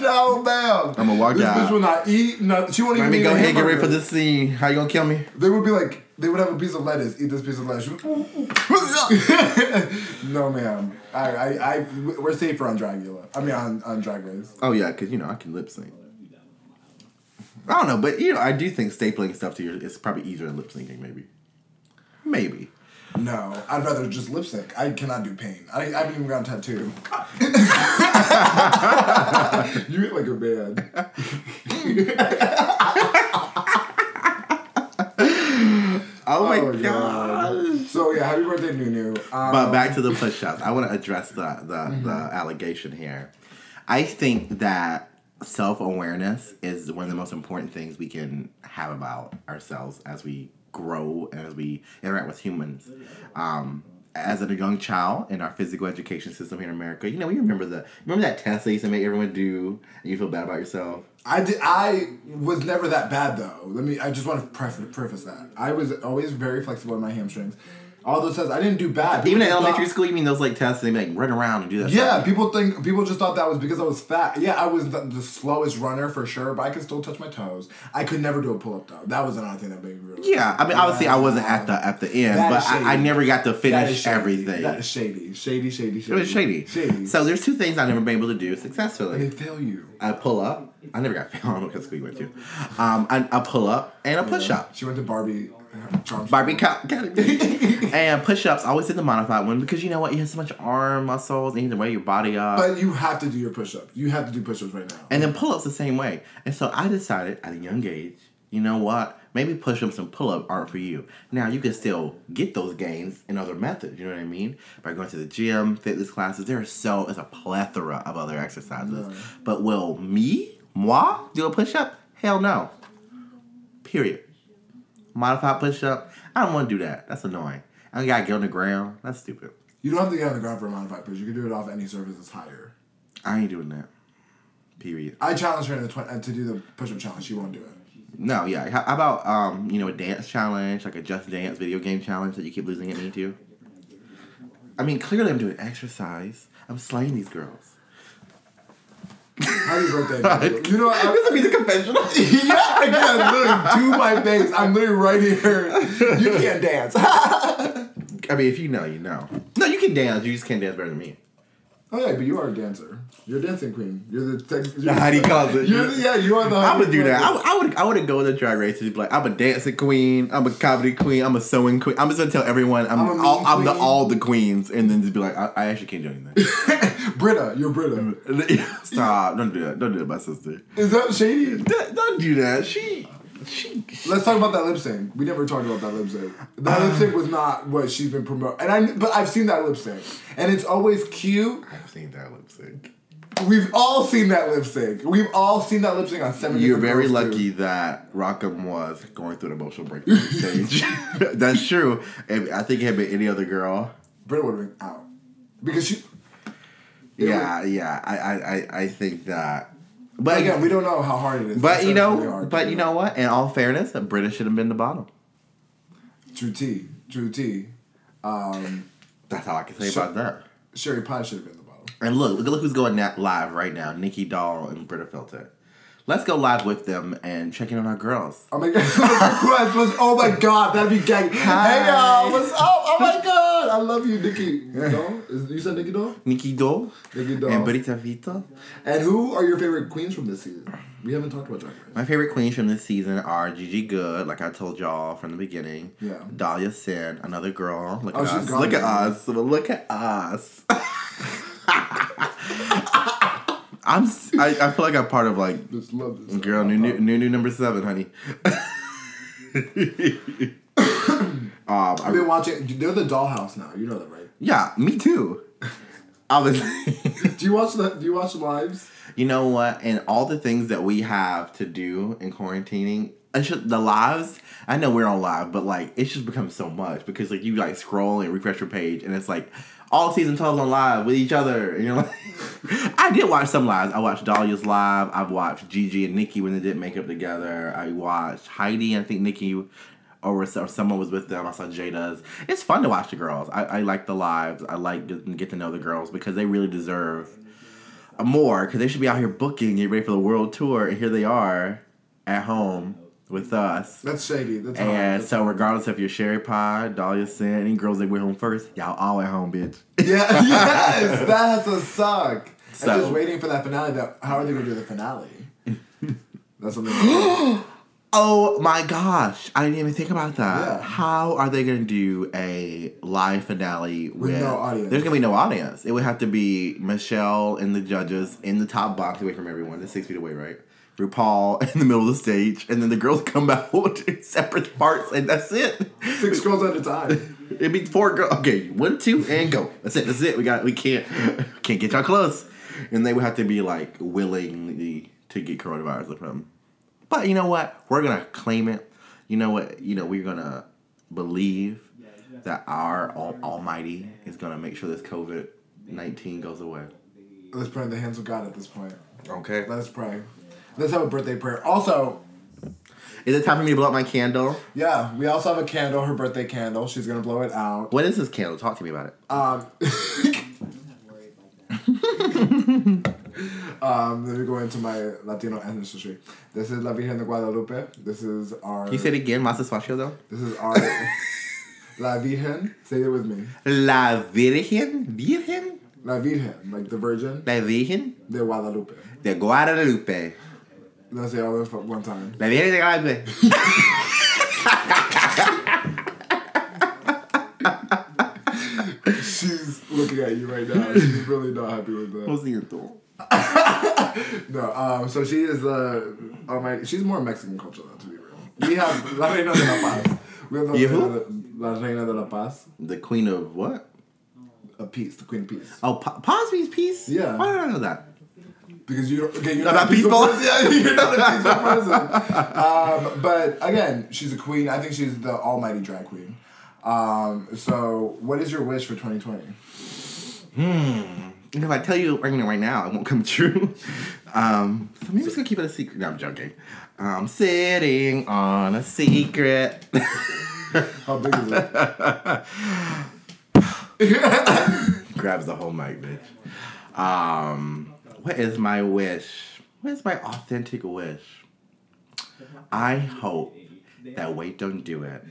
Speaker 1: No, ma'am.
Speaker 2: I'ma walk
Speaker 1: this
Speaker 2: out.
Speaker 1: bitch will not eat. No, she won't even.
Speaker 2: Let me
Speaker 1: eat
Speaker 2: go
Speaker 1: a
Speaker 2: ahead and get ready
Speaker 1: hamburger.
Speaker 2: for this scene. How you gonna kill me?
Speaker 1: They would be like, they would have a piece of lettuce. Eat this piece of lettuce. She would- no, ma'am. I, I, I, we're safer on Dragula. I mean, on, on Drag Race.
Speaker 2: Oh yeah, cause you know I can lip sync. I don't know, but you know I do think stapling stuff to your is probably easier than lip syncing. Maybe, maybe.
Speaker 1: No, I'd rather just lip sync. I cannot do pain. I, I haven't even gotten tattooed. you hit like a man.
Speaker 2: Oh my
Speaker 1: Oh,
Speaker 2: god.
Speaker 1: God. So yeah, happy birthday, Nunu. Um, Mm-hmm.
Speaker 2: But back to the push ups. I want to address the, the, the allegation here. I think that self awareness is one of the most important things we can have about ourselves as we grow and as we interact with humans. Um, as a young child in our physical education system here in America, you know, we remember the remember that test they used to make everyone do and you feel bad about yourself.
Speaker 1: I did, I was never that bad though. Let me. I just want to preface, preface that I was always very flexible in my hamstrings. All those tests, I didn't do bad.
Speaker 2: Even in
Speaker 1: People
Speaker 2: elementary
Speaker 1: thought-
Speaker 2: school, you mean those like tests they like run around and do that.
Speaker 1: Yeah,
Speaker 2: stuff.
Speaker 1: people think people just thought that was because I was fat. Yeah, I was the, the slowest runner for sure, but I could still touch my toes. I could never do a pull up though. That was another thing that made me really.
Speaker 2: Yeah, I mean, obviously, I wasn't at the at the end,
Speaker 1: That
Speaker 2: but
Speaker 1: is
Speaker 2: I, I
Speaker 1: shady.
Speaker 2: never got to
Speaker 1: That is
Speaker 2: finish
Speaker 1: shady.
Speaker 2: everything.
Speaker 1: That is shady. Shady, shady, shady.
Speaker 2: It was shady.
Speaker 1: Shady.
Speaker 2: So there's two things I've never been able to do
Speaker 1: they
Speaker 2: successfully.
Speaker 1: fail you.
Speaker 2: I pull up. I never got failed because we went to. Um, I, I pull up and a push up.
Speaker 1: She went to Barbie. uh, Charms.
Speaker 2: Barbie cop category. and push ups always did the modified one because you know what? You have so much arm muscles and you need to weigh your body up.
Speaker 1: But you have to do your push ups. You have to do push ups right now.
Speaker 2: and then pull ups the same way. And so I decided at a young age, you know what? Maybe push ups and pull up aren't for you. Now you can still get those gains in other methods. You know what I mean? By going to the gym, fitness classes. There are so there's a plethora of other exercises. But will me, moi, do a push up? Hell no. Period. modified push up. I don't want to do that. That's annoying. I gotta get on the ground. That's stupid.
Speaker 1: You don't have to get on the ground for a modified push. You can do it off any surface that's higher.
Speaker 2: I ain't doing that. Period.
Speaker 1: I challenged her to, tw- uh, to do the push up challenge. She won't do it.
Speaker 2: No, yeah. How how about um, you know, a dance challenge, like a Just Dance video game challenge that you keep losing at me too? I mean, clearly I'm doing exercise. I'm slaying these girls.
Speaker 1: Happy birthday. baby. you know what? I-
Speaker 2: This will be the conventional.
Speaker 1: yeah, again, literally to my face. I'm literally right here. You can't dance. oh,
Speaker 2: I mean, if you know, you know. No, you can dance. You just can't dance better than me.
Speaker 1: yeah, but you are a dancer. You're a dancing queen. You're the. Tech- you're
Speaker 2: Heidi calls it.
Speaker 1: You're the, yeah, you are the.
Speaker 2: I would
Speaker 1: Heidi
Speaker 2: do that. I,
Speaker 1: Klum.
Speaker 2: would- I would. I would go to drag races. and be Like I'm a dancing queen. I'm a comedy queen. I'm a sewing queen. I'm just gonna tell everyone
Speaker 1: I'm
Speaker 2: I'm
Speaker 1: a
Speaker 2: I'm,
Speaker 1: mean
Speaker 2: all, I'm the
Speaker 1: queen.
Speaker 2: all the queens, and then just be like, I, I actually can't do anything.
Speaker 1: Britta, you're
Speaker 2: Mm.
Speaker 1: Britta.
Speaker 2: Stop! Don't do that. Don't do that, my sister.
Speaker 1: Is that shady?
Speaker 2: Don't, don't do that. She. She.
Speaker 1: Let's talk about that lip sync. We never talked about that lip sync. That
Speaker 2: Um.
Speaker 1: lip sync was not what she's been promoting, and I. But I've seen that lip sync, and it's always cute.
Speaker 2: I've seen that lip sync.
Speaker 1: We've all seen that lip sync. We've all seen that lip sync on seven.
Speaker 2: You're
Speaker 1: different
Speaker 2: very
Speaker 1: girls,
Speaker 2: lucky
Speaker 1: too.
Speaker 2: that Rockham was going through an emotional breakdown stage. That's true. If, I think it had been any other girl.
Speaker 1: Britta would have been out because she.
Speaker 2: Yeah, yeah. I, I, I, I think that. But
Speaker 1: Again, we don't know how hard it is.
Speaker 2: But you
Speaker 1: They are
Speaker 2: know, but
Speaker 1: doing
Speaker 2: you
Speaker 1: it.
Speaker 2: know what? In all fairness, the British should have been the bottom.
Speaker 1: True T, True T, um,
Speaker 2: That's all I can say
Speaker 1: So-
Speaker 2: about that.
Speaker 1: Sherry Pie should have been the bottom.
Speaker 2: And look, look, look who's going na- live right now: Nikki Doll and Britta Filter. Let's go live with them and check in on our girls.
Speaker 1: Oh my god, request was oh my god, that'd be gang. Hey y'all, what's up? Oh my god, I love you, Nikki. No, Is- you said Nikki Doll.
Speaker 2: Nikki Doll
Speaker 1: Nikki Doll.
Speaker 2: and Brita Vito.
Speaker 1: And who are your favorite queens from this season? We haven't talked about Drag Race.
Speaker 2: My favorite queens from this season are Gigi Good, like I told y'all from the beginning.
Speaker 1: Yeah.
Speaker 2: Dahlia Sin, another girl. Look
Speaker 1: Oh,
Speaker 2: at
Speaker 1: she's
Speaker 2: us.
Speaker 1: gone
Speaker 2: Look at
Speaker 1: now.
Speaker 2: us. Look at us. I'm. s- I, I feel like I'm part of like
Speaker 1: Just love this.
Speaker 2: Girl, new new new, new number seven, honey. um,
Speaker 1: I've
Speaker 2: I-
Speaker 1: been watching. They're the Dollhouse now. You know that, right?
Speaker 2: yeah, me too. Obviously,
Speaker 1: Do you watch the Do you watch the lives?
Speaker 2: you know what? And all the things that we have to do in quarantining, it's just the lives. I know we're on live, but like it's just become so much because like you like scroll and refresh your page, and it's like all season twelve on live with each other. And you're like, I did watch some lives. I watched Dahlia's live. I've watched Gigi and Nikki when they did makeup together. I watched Heidi. and I think Nikki. Or, s- or someone was with them. I saw Jada's. It's fun to watch the girls. I, I like the lives. I like to get to know the girls because they really deserve more because they should be out here booking, get ready for the world tour, and here they are at home with us.
Speaker 1: That's shady. That's hard.
Speaker 2: And
Speaker 1: That's-
Speaker 2: so, regardless if you're Sherry Pie, Dahlia Sin, any girls that went home first, y'all all at home, bitch.
Speaker 1: yeah, yes, that has to suck.
Speaker 2: So-
Speaker 1: I'm just waiting for that finale. That how are they gonna do the finale? That's something.
Speaker 2: Oh my gosh, I didn't even think about that.
Speaker 1: Yeah.
Speaker 2: How are they gonna do a live finale with,
Speaker 1: no audience.
Speaker 2: There's gonna be no audience. It would have to be Michelle and the judges in the top box away from everyone. That's six feet away, right? RuPaul in the middle of the stage, and then the girls come out in separate parts, and that's it.
Speaker 1: Six girls at a time.
Speaker 2: It'd be four girls. Okay, one, two, and go. That's it. That's it. We got. We can't. Can't get y'all close. And they would have to be like willingly to get coronavirus with them. But you know what? We're gonna claim it. You know what? You know we're gonna believe that our Al- Almighty is gonna make sure this COVID nineteen goes away.
Speaker 1: Let's pray in the hands of God at this point.
Speaker 2: Okay.
Speaker 1: Let us pray. Let's have a birthday prayer. Also,
Speaker 2: Is it time for me to blow out my candle?
Speaker 1: yeah, we also have a candle, her birthday candle. She's gonna blow it out.
Speaker 2: What is this candle? Talk to me about it.
Speaker 1: Um, um, let me go into my Latino ancestry. This is La Virgen de Guadalupe. This is our.
Speaker 2: Can you say it again, Masa Swasio though?
Speaker 1: This is our. La Virgen. Say it with me.
Speaker 2: La Virgen, Virgen,
Speaker 1: La Virgen, like the Virgin
Speaker 2: La Virgen
Speaker 1: de Guadalupe.
Speaker 2: de Guadalupe.
Speaker 1: Let's say all this at one time.
Speaker 2: La Virgen de Guadalupe.
Speaker 1: She's looking at you right now. She's really not happy with that.
Speaker 2: Lo siento.
Speaker 1: No, um, so she is the oh my, she's more Mexican culture though, to be real. We have La Reina de la Paz. We have the
Speaker 2: You
Speaker 1: Reina
Speaker 2: who?
Speaker 1: de, La Reina de la Paz,
Speaker 2: The queen of what?
Speaker 1: a peace, the Queen Peace.
Speaker 2: Oh, po- Ponsby's piece?
Speaker 1: Yeah.
Speaker 2: Why did I know that?
Speaker 1: because you don't, okay, you're
Speaker 2: Not
Speaker 1: not
Speaker 2: a peaceful-
Speaker 1: person. Yeah, you're not a peaceful person. Um, but again, she's a queen. I think she's the almighty drag queen. Um, so, what is your wish for 2020?
Speaker 2: If I tell you right now, right now, it won't come true. Um, so maybe I'm just gonna keep it a secret. No, I'm joking. I'm sitting on a secret.
Speaker 1: How big is it?
Speaker 2: Grabs the whole mic, bitch. Um, what is my wish? What is my authentic wish? I hope that Wait Don't Do It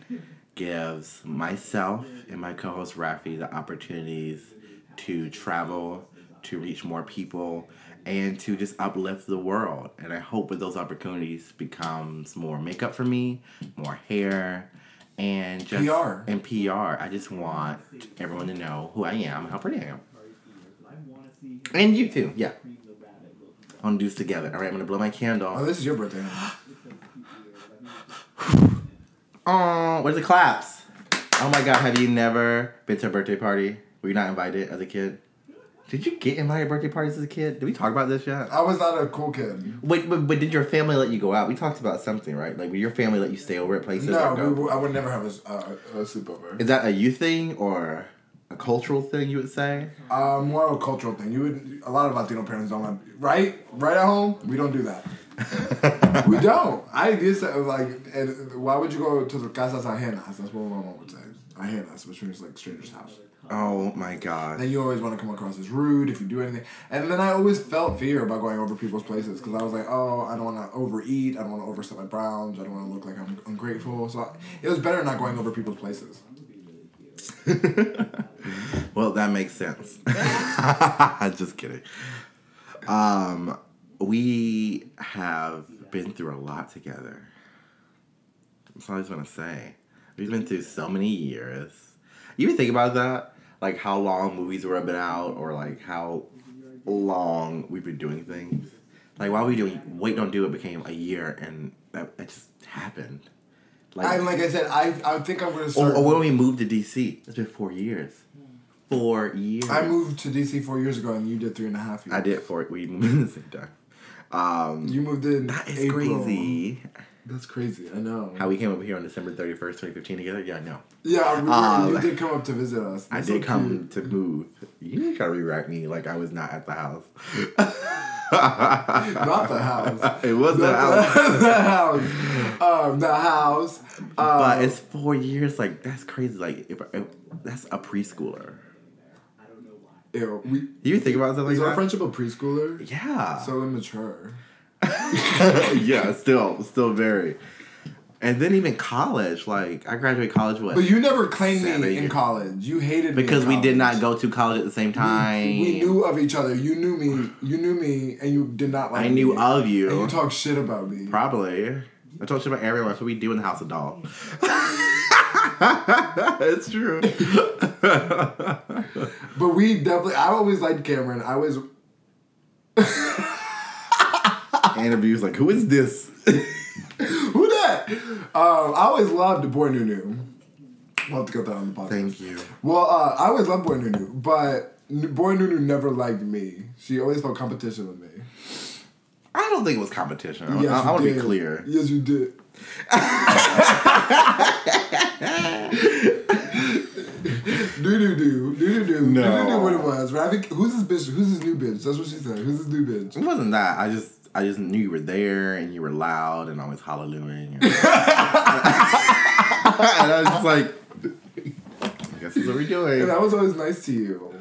Speaker 2: gives myself and my co host Rafi the opportunities to travel, to reach more people, and to just uplift the world. And I hope with those opportunities becomes more makeup for me, more hair, and just
Speaker 1: PR.
Speaker 2: and PR. I just want everyone to know who I am and how pretty I am. And you too, yeah. I'm gonna do this together. All right, I'm gonna blow my candle.
Speaker 1: Oh, this is your birthday.
Speaker 2: Oh, where's the claps? Oh my god, have you never been to a birthday party? Were you not invited as a kid? Did you get invited to birthday parties as a kid? Did we talk about this yet?
Speaker 1: I was not a cool kid.
Speaker 2: Wait, but, but did your family let you go out? We talked about something, right? Like, would your family let you stay over at places?
Speaker 1: No,
Speaker 2: or
Speaker 1: we,
Speaker 2: no?
Speaker 1: were- I would never have a, s- uh, a sleepover.
Speaker 2: Is that a you thing or a cultural thing, you would say?
Speaker 1: Uh, more of a cultural thing. You would a lot of Latino parents don't want right right at home. We don't do that. we don't. I just uh, like. And why would you go to the casas ajenas? That's what my mom would say. Ajenas, which means like stranger's house.
Speaker 2: Oh my god.
Speaker 1: And you always want to come across as rude if you do anything. And then I always felt fear about going over people's places because I was like, oh, I don't want to overeat. I don't want to overstep my bounds. I don't want to look like I'm ungrateful. So it was better not going over people's places.
Speaker 2: Well, that makes sense. Just kidding. Um, we have been through a lot together. That's all I just want to say. We've been through so many years. You even think about that? Like how long movies were been out or like how long we've been doing things. Like why we doing Wait Don't Do It became a year and that it just happened.
Speaker 1: And like I said, I, I think I'm going to
Speaker 2: or,
Speaker 1: start.
Speaker 2: or Oh, when we moved to DC, it's been four years. Four years.
Speaker 1: Hmm. I moved to DC four years ago and you did three and a half years.
Speaker 2: I did four. We moved at the same time. Um,
Speaker 1: You moved in.
Speaker 2: that is
Speaker 1: April.
Speaker 2: crazy.
Speaker 1: That's crazy. I know.
Speaker 2: How we came over here on December thirty first, twenty fifteen together. Yeah, I know.
Speaker 1: yeah, we were,
Speaker 2: Um,
Speaker 1: you did come up to visit us.
Speaker 2: I
Speaker 1: That's
Speaker 2: did
Speaker 1: so cute. Mm-hmm.
Speaker 2: come to move. You try to rewrite me like I was not at the house.
Speaker 1: Not the house.
Speaker 2: It was the house.
Speaker 1: the house. Um, the house. Um,
Speaker 2: But it's four years. Like that's crazy. Like if, if, that's a preschooler.
Speaker 1: ew, we,
Speaker 2: You think about something like
Speaker 1: is our
Speaker 2: that?
Speaker 1: friendship a preschooler?
Speaker 2: yeah.
Speaker 1: So immature.
Speaker 2: yeah. Still, still very. And then even college. Like I graduated college. What?
Speaker 1: But you never claimed
Speaker 2: Seven
Speaker 1: me in
Speaker 2: years.
Speaker 1: college. You hated me in
Speaker 2: because we did not
Speaker 1: college.
Speaker 2: go to college at the same time.
Speaker 1: We knew of each other. You knew me. You knew me, and you did not like
Speaker 2: I
Speaker 1: me.
Speaker 2: knew of you.
Speaker 1: And you talked shit about me.
Speaker 2: Probably. I told you about everyone. That's what we do in the house of doll. it's true.
Speaker 1: But we definitely. I always liked Cameron. I was.
Speaker 2: Interviews like, who is this?
Speaker 1: Who that? Um, I always loved Boy Nunu. We'll have to get that on the podcast.
Speaker 2: Thank you.
Speaker 1: Well, uh, I always loved Boy Nunu, but N- Boy Nunu never liked me. She always felt competition with me.
Speaker 2: I don't think it was competition. I-
Speaker 1: Yes,
Speaker 2: I,
Speaker 1: you
Speaker 2: want to be
Speaker 1: did.
Speaker 2: clear.
Speaker 1: Yes, you did. do do do do do do
Speaker 2: No.
Speaker 1: do do what it was. Ravi, who's this bitch? Who's this new bitch? That's what she said. Who's this new bitch?
Speaker 2: It wasn't that. I just I just knew you were there and you were loud and always hallelujing. And, and I was just like, I guess this is what we're
Speaker 1: And
Speaker 2: doing.
Speaker 1: I was always nice to you,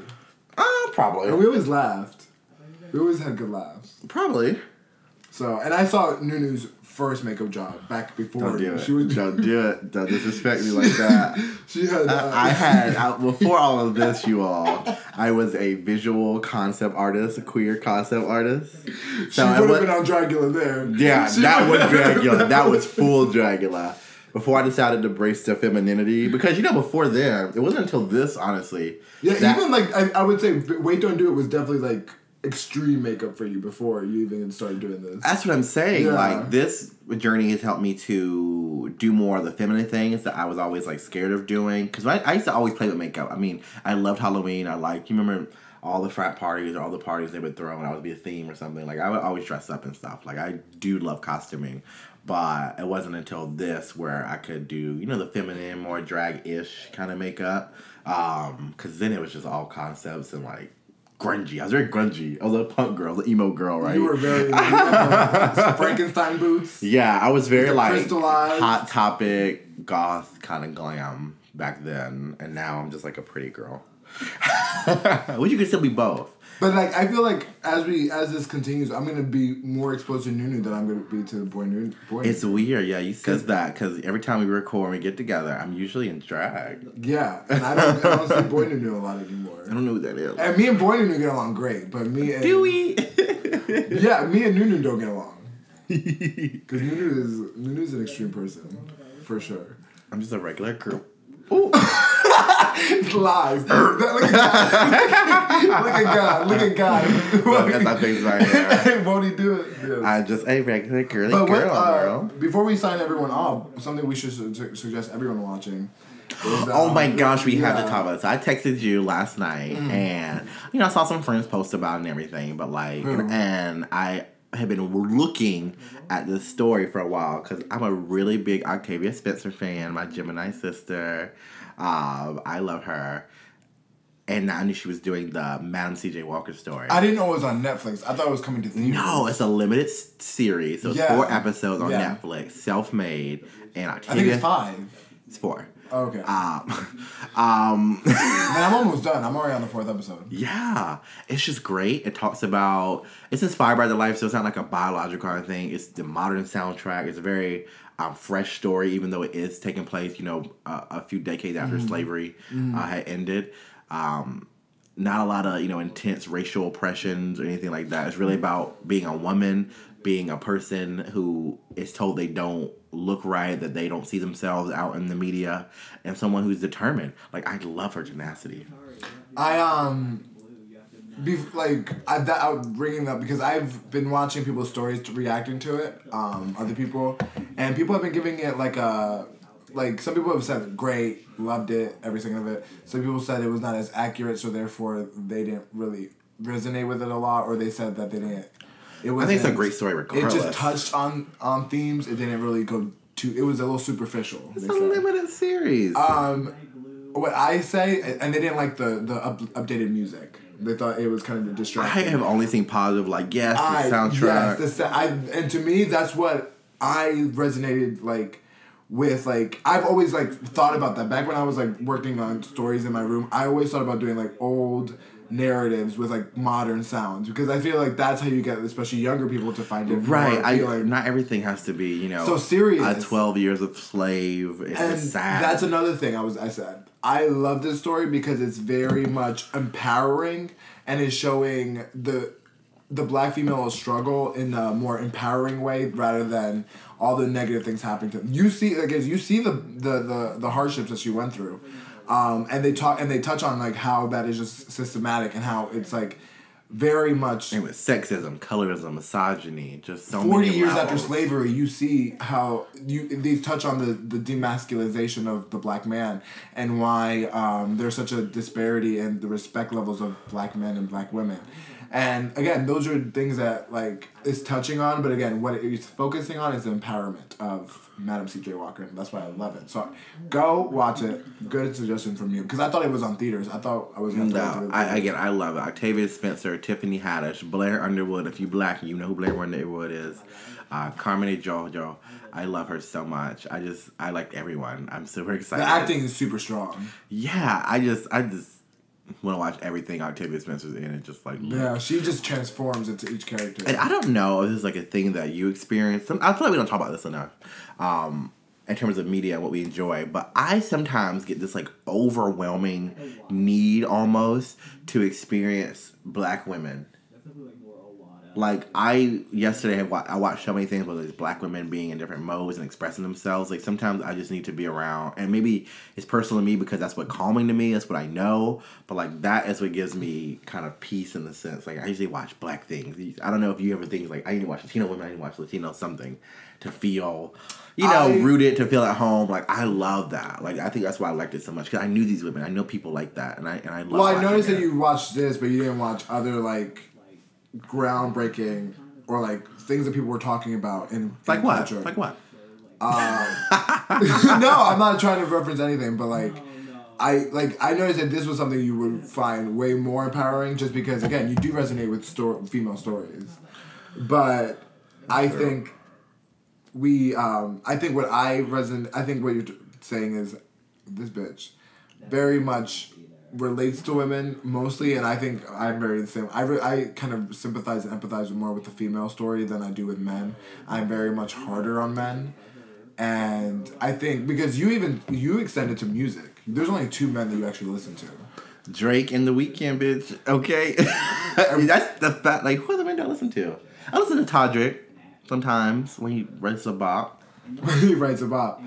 Speaker 2: Uh,
Speaker 1: and
Speaker 2: probably.
Speaker 1: we always laughed. We always had good laughs.
Speaker 2: Probably.
Speaker 1: So, and I saw Nunu's first makeup job back before
Speaker 2: Don't do it.
Speaker 1: she was.
Speaker 2: don't do it. Don't disrespect me like that.
Speaker 1: She had. Uh,
Speaker 2: I had I, before all of this, you all. I was a visual concept artist, a queer concept artist.
Speaker 1: she
Speaker 2: So I
Speaker 1: would
Speaker 2: wa-
Speaker 1: have been on Dracula there.
Speaker 2: yeah,
Speaker 1: She
Speaker 2: that was
Speaker 1: would've-
Speaker 2: Dracula. That was full Dracula. Before I decided to brace the femininity, because you know, before then, it wasn't until this, honestly.
Speaker 1: Yeah,
Speaker 2: that-
Speaker 1: even like I, I would say, wait, don't do it was definitely like extreme makeup for you before you even started doing this.
Speaker 2: That's what I'm saying.
Speaker 1: Yeah.
Speaker 2: Like this journey has helped me to do more of the feminine things that I was always like scared of doing. Because I, I used to always play with makeup. I mean, I loved Halloween. I like you remember all the frat parties or all the parties they would throw, and I would be a theme or something. Like I would always dress up and stuff. Like I do love costuming, but it wasn't until this where I could do you know the feminine, more drag ish kind of makeup. Um, cause then it was just all concepts and like grungy. I was very grungy. I was a punk girl, the emo girl, right?
Speaker 1: You were very Frankenstein boots.
Speaker 2: Yeah, I was very
Speaker 1: the
Speaker 2: like
Speaker 1: crystal eyes.
Speaker 2: hot topic goth kind of glam back then, and now I'm just like a pretty girl. Which you could still be both.
Speaker 1: But like, I feel like as we as this continues, I'm gonna be more exposed to Nunu than I'm gonna be to boy Nunu. Boy,
Speaker 2: It's weird, yeah. You says that because every time we record and we get together, I'm usually in drag.
Speaker 1: yeah, and I don't, I don't see boy Nunu a lot anymore.
Speaker 2: I don't know who that is.
Speaker 1: And me and boy Nunu get along great, but me and
Speaker 2: Do we?
Speaker 1: yeah, me and Nunu don't get along because Nunu is Nunu's an extreme person for sure.
Speaker 2: I'm just a regular girl.
Speaker 1: It's lies. look at God. Look at God. Look at God.
Speaker 2: Look at my face right there.
Speaker 1: Won't he do it? Yes.
Speaker 2: I'm just a regular girly
Speaker 1: But what,
Speaker 2: girl,
Speaker 1: uh,
Speaker 2: girl.
Speaker 1: before we sign everyone off, something we should su- su- suggest everyone watching. is,
Speaker 2: Oh
Speaker 1: um,
Speaker 2: my gosh, we have
Speaker 1: yeah. Mm.
Speaker 2: to talk about this. I texted you last night, and you know I saw some friends post about it and everything, but like, and I have been looking at this story for a while because I'm a really big Octavia Spencer fan. My Gemini sister, um, I love her, and I knew she was doing the Madam C.J. Walker story.
Speaker 1: I didn't know it was on Netflix. I thought it was coming to theaters.
Speaker 2: no, it's a limited s- series, so it's
Speaker 1: Yeah.
Speaker 2: four episodes on
Speaker 1: Yeah.
Speaker 2: Netflix, self-made, and Octavia.
Speaker 1: I think it's five.
Speaker 2: It's four.
Speaker 1: Oh, okay,
Speaker 2: Um, um,
Speaker 1: man, I'm almost done. I'm already on the fourth episode.
Speaker 2: Yeah, it's just great. It talks about it's inspired by the life, so it's not like a biological kind of thing. It's the modern soundtrack. It's a very um, fresh story, even though it is taking place, you know, uh, a few decades after slavery uh, had ended. Um, not a lot of you know intense racial oppressions or anything like that. It's really about being a woman, being a person who is told they don't look right, that they don't see themselves out in the media, and someone who's determined. Like I love her tenacity.
Speaker 1: I um, be, like I that I'm bringing that because I've been watching people's stories t- reacting to it. Um, other people, and people have been giving it like a like some people have said great, loved it, every second of it. Some people said it was not as accurate, so therefore they didn't really resonate with it a lot, or they said that they didn't. It was.
Speaker 2: I think it's a great story regardless.
Speaker 1: It just touched on on themes. It didn't really go too. It was a little superficial. they
Speaker 2: It's a
Speaker 1: said.
Speaker 2: limited series.
Speaker 1: Um, what I say, and they didn't like the the up, updated music. They thought it was kind of
Speaker 2: I
Speaker 1: distracting.
Speaker 2: have only seen positive, like yes,
Speaker 1: I-
Speaker 2: the
Speaker 1: yes,
Speaker 2: soundtrack.
Speaker 1: the sa- I, and to me, that's what I resonated like with. Like I've always like thought about that. Back when I was like working on stories in my room, I always thought about doing like old narratives with like modern sounds because I feel like that's how you get especially younger people to find it. more
Speaker 2: right. I
Speaker 1: appealing.
Speaker 2: not everything has to be you know
Speaker 1: So serious.
Speaker 2: A twelve years of slave. It's
Speaker 1: And
Speaker 2: just sad.
Speaker 1: that's another thing I was I said. I love this story because it's very much empowering and is showing the the black female struggle in a more empowering way rather than all the negative things happening to them. You see like as you see the the the, the hardships that she went through. Um, and they talk and they touch on like how that is just systematic and how it's like very much
Speaker 2: It was sexism, colorism, misogyny, just so
Speaker 1: 40
Speaker 2: many
Speaker 1: years
Speaker 2: levels.
Speaker 1: after slavery you see how you they touch on the, the demasculization of the black man and why um, there's such a disparity in the respect levels of black men and black women and again those are things that like it's touching on but again what it's focusing on is the empowerment of madam cj walker and that's why i love it so go watch it good suggestion from you because i thought it was on theaters i thought i was going to
Speaker 2: No, I, again, I love it. Octavia Spencer, Tiffany Haddish, Blair Underwood. If you black, you know who Blair Underwood is. Uh, Carmen Jojo. I love her so much. I just, I liked everyone. I'm super excited.
Speaker 1: the acting is super strong
Speaker 2: Yeah, I just I just want to watch everything Octavia Spencer's in and just like live.
Speaker 1: yeah she just transforms into each character
Speaker 2: And I don't know if this is like a thing that you experience. Some- I feel like we don't talk about this enough. Um in terms of media and what we enjoy, but I sometimes get this like overwhelming need almost to experience black women Like I yesterday have wa- I watched so many things about these black women being in different modes and expressing themselves. Like sometimes I just need to be around, and maybe it's personal to me because that's what calming to me. That's what I know. But like that is what gives me kind of peace in the sense. Like I usually watch black things. I don't know if you ever think like I need to watch Latino women. I need to watch Latino something to feel, you know,
Speaker 1: I-
Speaker 2: rooted to feel at home. Like I love that. Like I think that's why I liked it so much because I knew these women. I know people like that, and I and I love.
Speaker 1: Well, I
Speaker 2: watching
Speaker 1: noticed
Speaker 2: it.
Speaker 1: that you watched this, but you didn't watch other like groundbreaking or like things that people were talking about in
Speaker 2: like
Speaker 1: in
Speaker 2: what
Speaker 1: culture.
Speaker 2: like what.
Speaker 1: no, I'm not trying to reference anything, but like. I like. I noticed that this was something you would find way more empowering, just because again, you do resonate with sto- female stories. But I think we. Um, I think what I reson. I think what you're t- saying is this bitch very much relates to women mostly, and I think I'm very the same. I, re- I kind of sympathize and empathize more with the female story than I do with men. I'm very much harder on men, and I think because you even you extend it to music. There's only two men that you actually listen to.
Speaker 2: Drake and the Weekend, bitch. Okay, I mean that's the fact. Like who the men do I listen to? I listen to Todrick sometimes when he writes a bop.
Speaker 1: he writes about,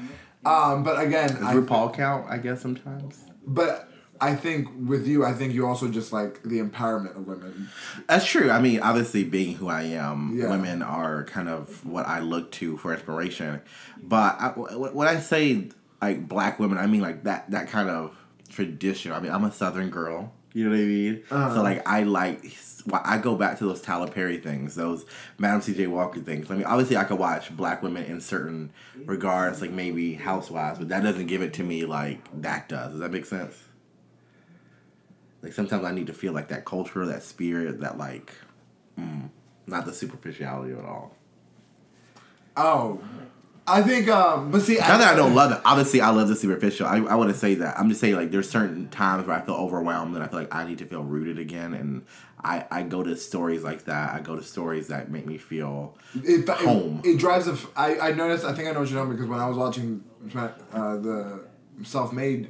Speaker 1: um, but again,
Speaker 2: Does
Speaker 1: I,
Speaker 2: RuPaul count? I guess sometimes.
Speaker 1: but. I think with you, I think you also just like the empowerment of women.
Speaker 2: That's true. I mean, obviously, being who I am,
Speaker 1: Yeah.
Speaker 2: women are kind of what I look to for inspiration. But I, wh- when I say like black women, I mean like that that kind of tradition. I mean, I'm a Southern girl. You know what I mean? So like, I like. wh- I go back to those Tyler Perry things, those Madam C.J. Walker things. I mean, obviously, I could watch black women in certain regards, like maybe Housewives, but that doesn't give it to me like that does. Does that make sense? Like sometimes I need to feel like that culture, that spirit, that like, mm, not the superficiality at all.
Speaker 1: Oh, I think, um, but see,
Speaker 2: Not that I don't love it. Obviously, I love the superficial. I, I want to say that. I'm just saying like there's certain times where I feel overwhelmed and I feel like I need to feel rooted again. And I I go to stories like that. I go to stories that make me feel
Speaker 1: it, it-
Speaker 2: home.
Speaker 1: It, drives a. F- I, I noticed. I think I know what you're talking about because when I was watching uh, the Self Made,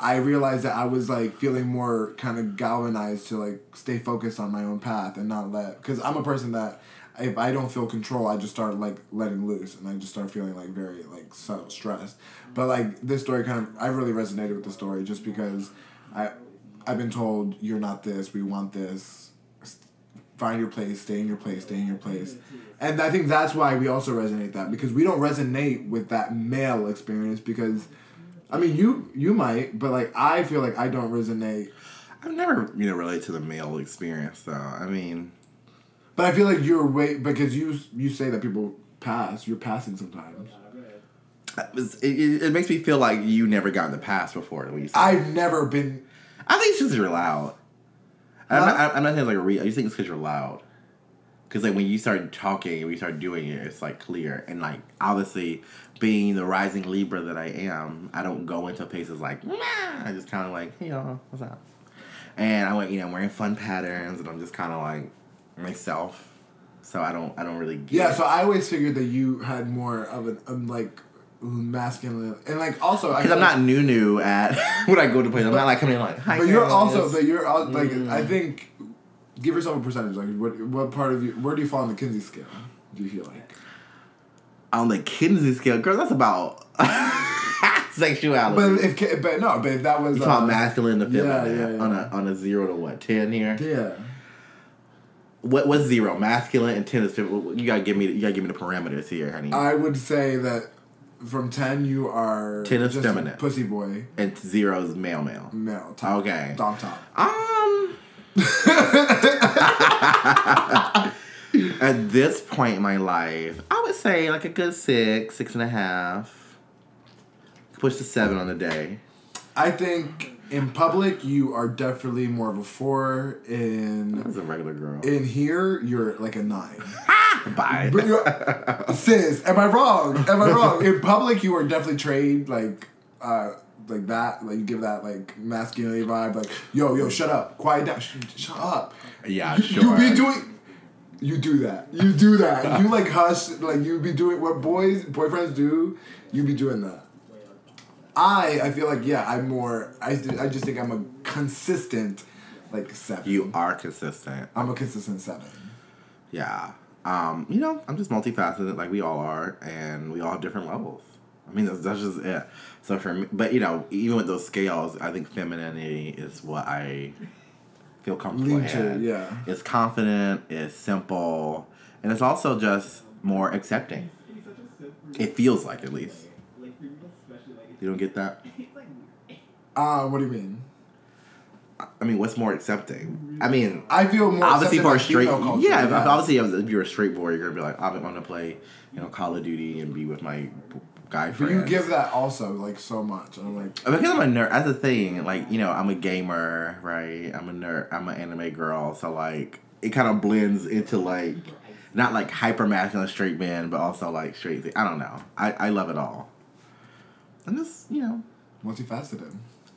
Speaker 1: I realized that I was like feeling more kind of galvanized to like stay focused on my own path and not let because I'm a person that if I don't feel control, I just start like letting loose and I just start feeling like very like so stressed. But like this story kind of, I really resonated with the story just because I, I've been told you're not this. We want this find your place, stay in your place, stay in your place. And I think that's why we also resonate that because we don't resonate with that male experience because I mean you you might, but like I feel like I don't resonate.
Speaker 2: I've never you know relate to the male experience though. I mean,
Speaker 1: But I feel like you're way because you you say that people pass, you're passing sometimes.
Speaker 2: it's- it, it, it makes me feel like you never got in the past before when you say
Speaker 1: I've never been
Speaker 2: I think it's just you're loud. I'm,
Speaker 1: Huh?
Speaker 2: not, I'm not saying like a re- I just think it's because you're loud. Because like when you start talking and when you start doing it, it's like clear and like obviously being the rising Libra that I am, I don't go into places like nah. I just kind of like hey y'all, what's up? And I went, you know, I'm wearing fun patterns and I'm just kind of like myself. So I don't, I don't really get.
Speaker 1: yeah, so I always figured that you had more of an um, like masculine and like also I
Speaker 2: because I'm
Speaker 1: feel like-
Speaker 2: not new new at when I go to places. I'm not like coming in like. Hi,
Speaker 1: But you're
Speaker 2: guys."
Speaker 1: also, but you're all, like, I think, give yourself a percentage. Like, what what part of you? Where do you fall on the Kinsey scale? Do you feel like?
Speaker 2: on the Kinsey scale, girl. That's about sexuality.
Speaker 1: But if Ki- but no, but if that was
Speaker 2: You talk
Speaker 1: uh,
Speaker 2: masculine to feminine
Speaker 1: yeah, yeah, yeah.
Speaker 2: on a on a zero to what ten here.
Speaker 1: yeah,
Speaker 2: What what's zero? Masculine and ten is fem- you gotta give me you gotta give me the parameters here, honey.
Speaker 1: I would say that from ten you are
Speaker 2: 10 is
Speaker 1: just
Speaker 2: feminine.
Speaker 1: pussy boy,
Speaker 2: and zero is male male.
Speaker 1: male, top,
Speaker 2: Okay.
Speaker 1: dom top.
Speaker 2: Um. At this point in my life, I would say like a good six, six and a half. Push to seven on the day.
Speaker 1: I think in public you are definitely more of a four. In
Speaker 2: That's a regular girl.
Speaker 1: in here you're like a nine.
Speaker 2: Bye.
Speaker 1: But you're- sis, am I wrong? Am I wrong? In public, you are definitely trained like, uh, like that. Like you give that like masculinity vibe. Like, yo, yo, shut up, quiet down, sh- shut up.
Speaker 2: Yeah,
Speaker 1: You-
Speaker 2: sure.
Speaker 1: You be doing. You do that. You do that. You like hush. Like you be doing what boys boyfriends do. You be doing that. I I feel like yeah. I'm more. I th- I just think I'm a consistent, like seven.
Speaker 2: You are consistent.
Speaker 1: I'm a consistent seven.
Speaker 2: Yeah. Um, you know, I'm just multifaceted like we all are, and we all have different levels. I mean, that's, that's just it. So for me, but you know, even with those scales, I think femininity is what I feel comfortable
Speaker 1: Lean to,
Speaker 2: in.
Speaker 1: yeah.
Speaker 2: It's confident, it's simple, and it's also just more accepting. It feels like, at least. You don't get that?
Speaker 1: Uh, what do you mean?
Speaker 2: I mean, what's more accepting? I mean,
Speaker 1: I feel more
Speaker 2: obviously
Speaker 1: accepted
Speaker 2: for
Speaker 1: by
Speaker 2: a straight
Speaker 1: female culture,
Speaker 2: yeah, if- obviously if- if you're a straight boy you're gonna be like i want to play you know call of duty and be with my b- guy
Speaker 1: But
Speaker 2: friends
Speaker 1: you give that also like so much. I'm like,
Speaker 2: because i'm a nerd that's the thing like you know i'm a gamer right i'm a nerd i'm an anime girl so like it kind of blends into like not like hyper masculine straight man but also like straight i don't know i, I love it all i'm just you know
Speaker 1: multifaceted.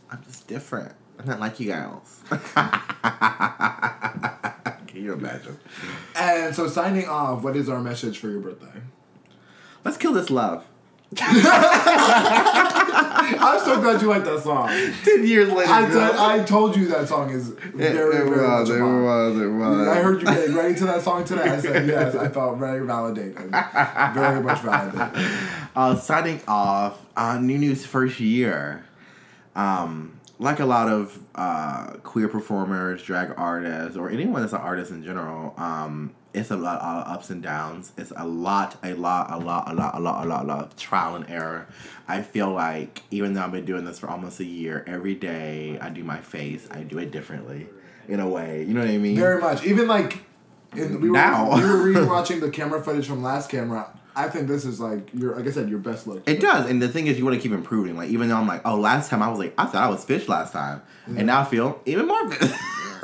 Speaker 2: i'm just different i'm not like you guys can you imagine
Speaker 1: And so signing off, what is our message for your birthday?
Speaker 2: let's kill this love
Speaker 1: I'm so glad you like that song.
Speaker 2: Ten years later,
Speaker 1: I, said- I told you that song is
Speaker 2: it,
Speaker 1: very,
Speaker 2: it
Speaker 1: very
Speaker 2: was,
Speaker 1: much
Speaker 2: it
Speaker 1: a pop.
Speaker 2: was, it was.
Speaker 1: I heard you getting ready to that song today. I said yes. I felt very validated, very much validated.
Speaker 2: Uh, signing off. Uh, New New's first year. Um, like a lot of uh, queer performers, drag artists, or anyone that's an artist in general, um, it's a lot of ups and downs. It's a lot, a lot, a lot, a lot, a lot, a lot, a lot of trial and error. I feel like even though I've been doing this for almost a year, every day I do my face, I do it differently in a way. You know what I mean?
Speaker 1: Very much. Even like, in, we were
Speaker 2: Now.
Speaker 1: we were rewatching the camera footage from last camera. I think this is like your, like I said, your best look.
Speaker 2: It does, and the thing is, you want to keep improving. Like even though I'm like, oh, last time I was like, I thought I was fish last time, and now I feel even more fish.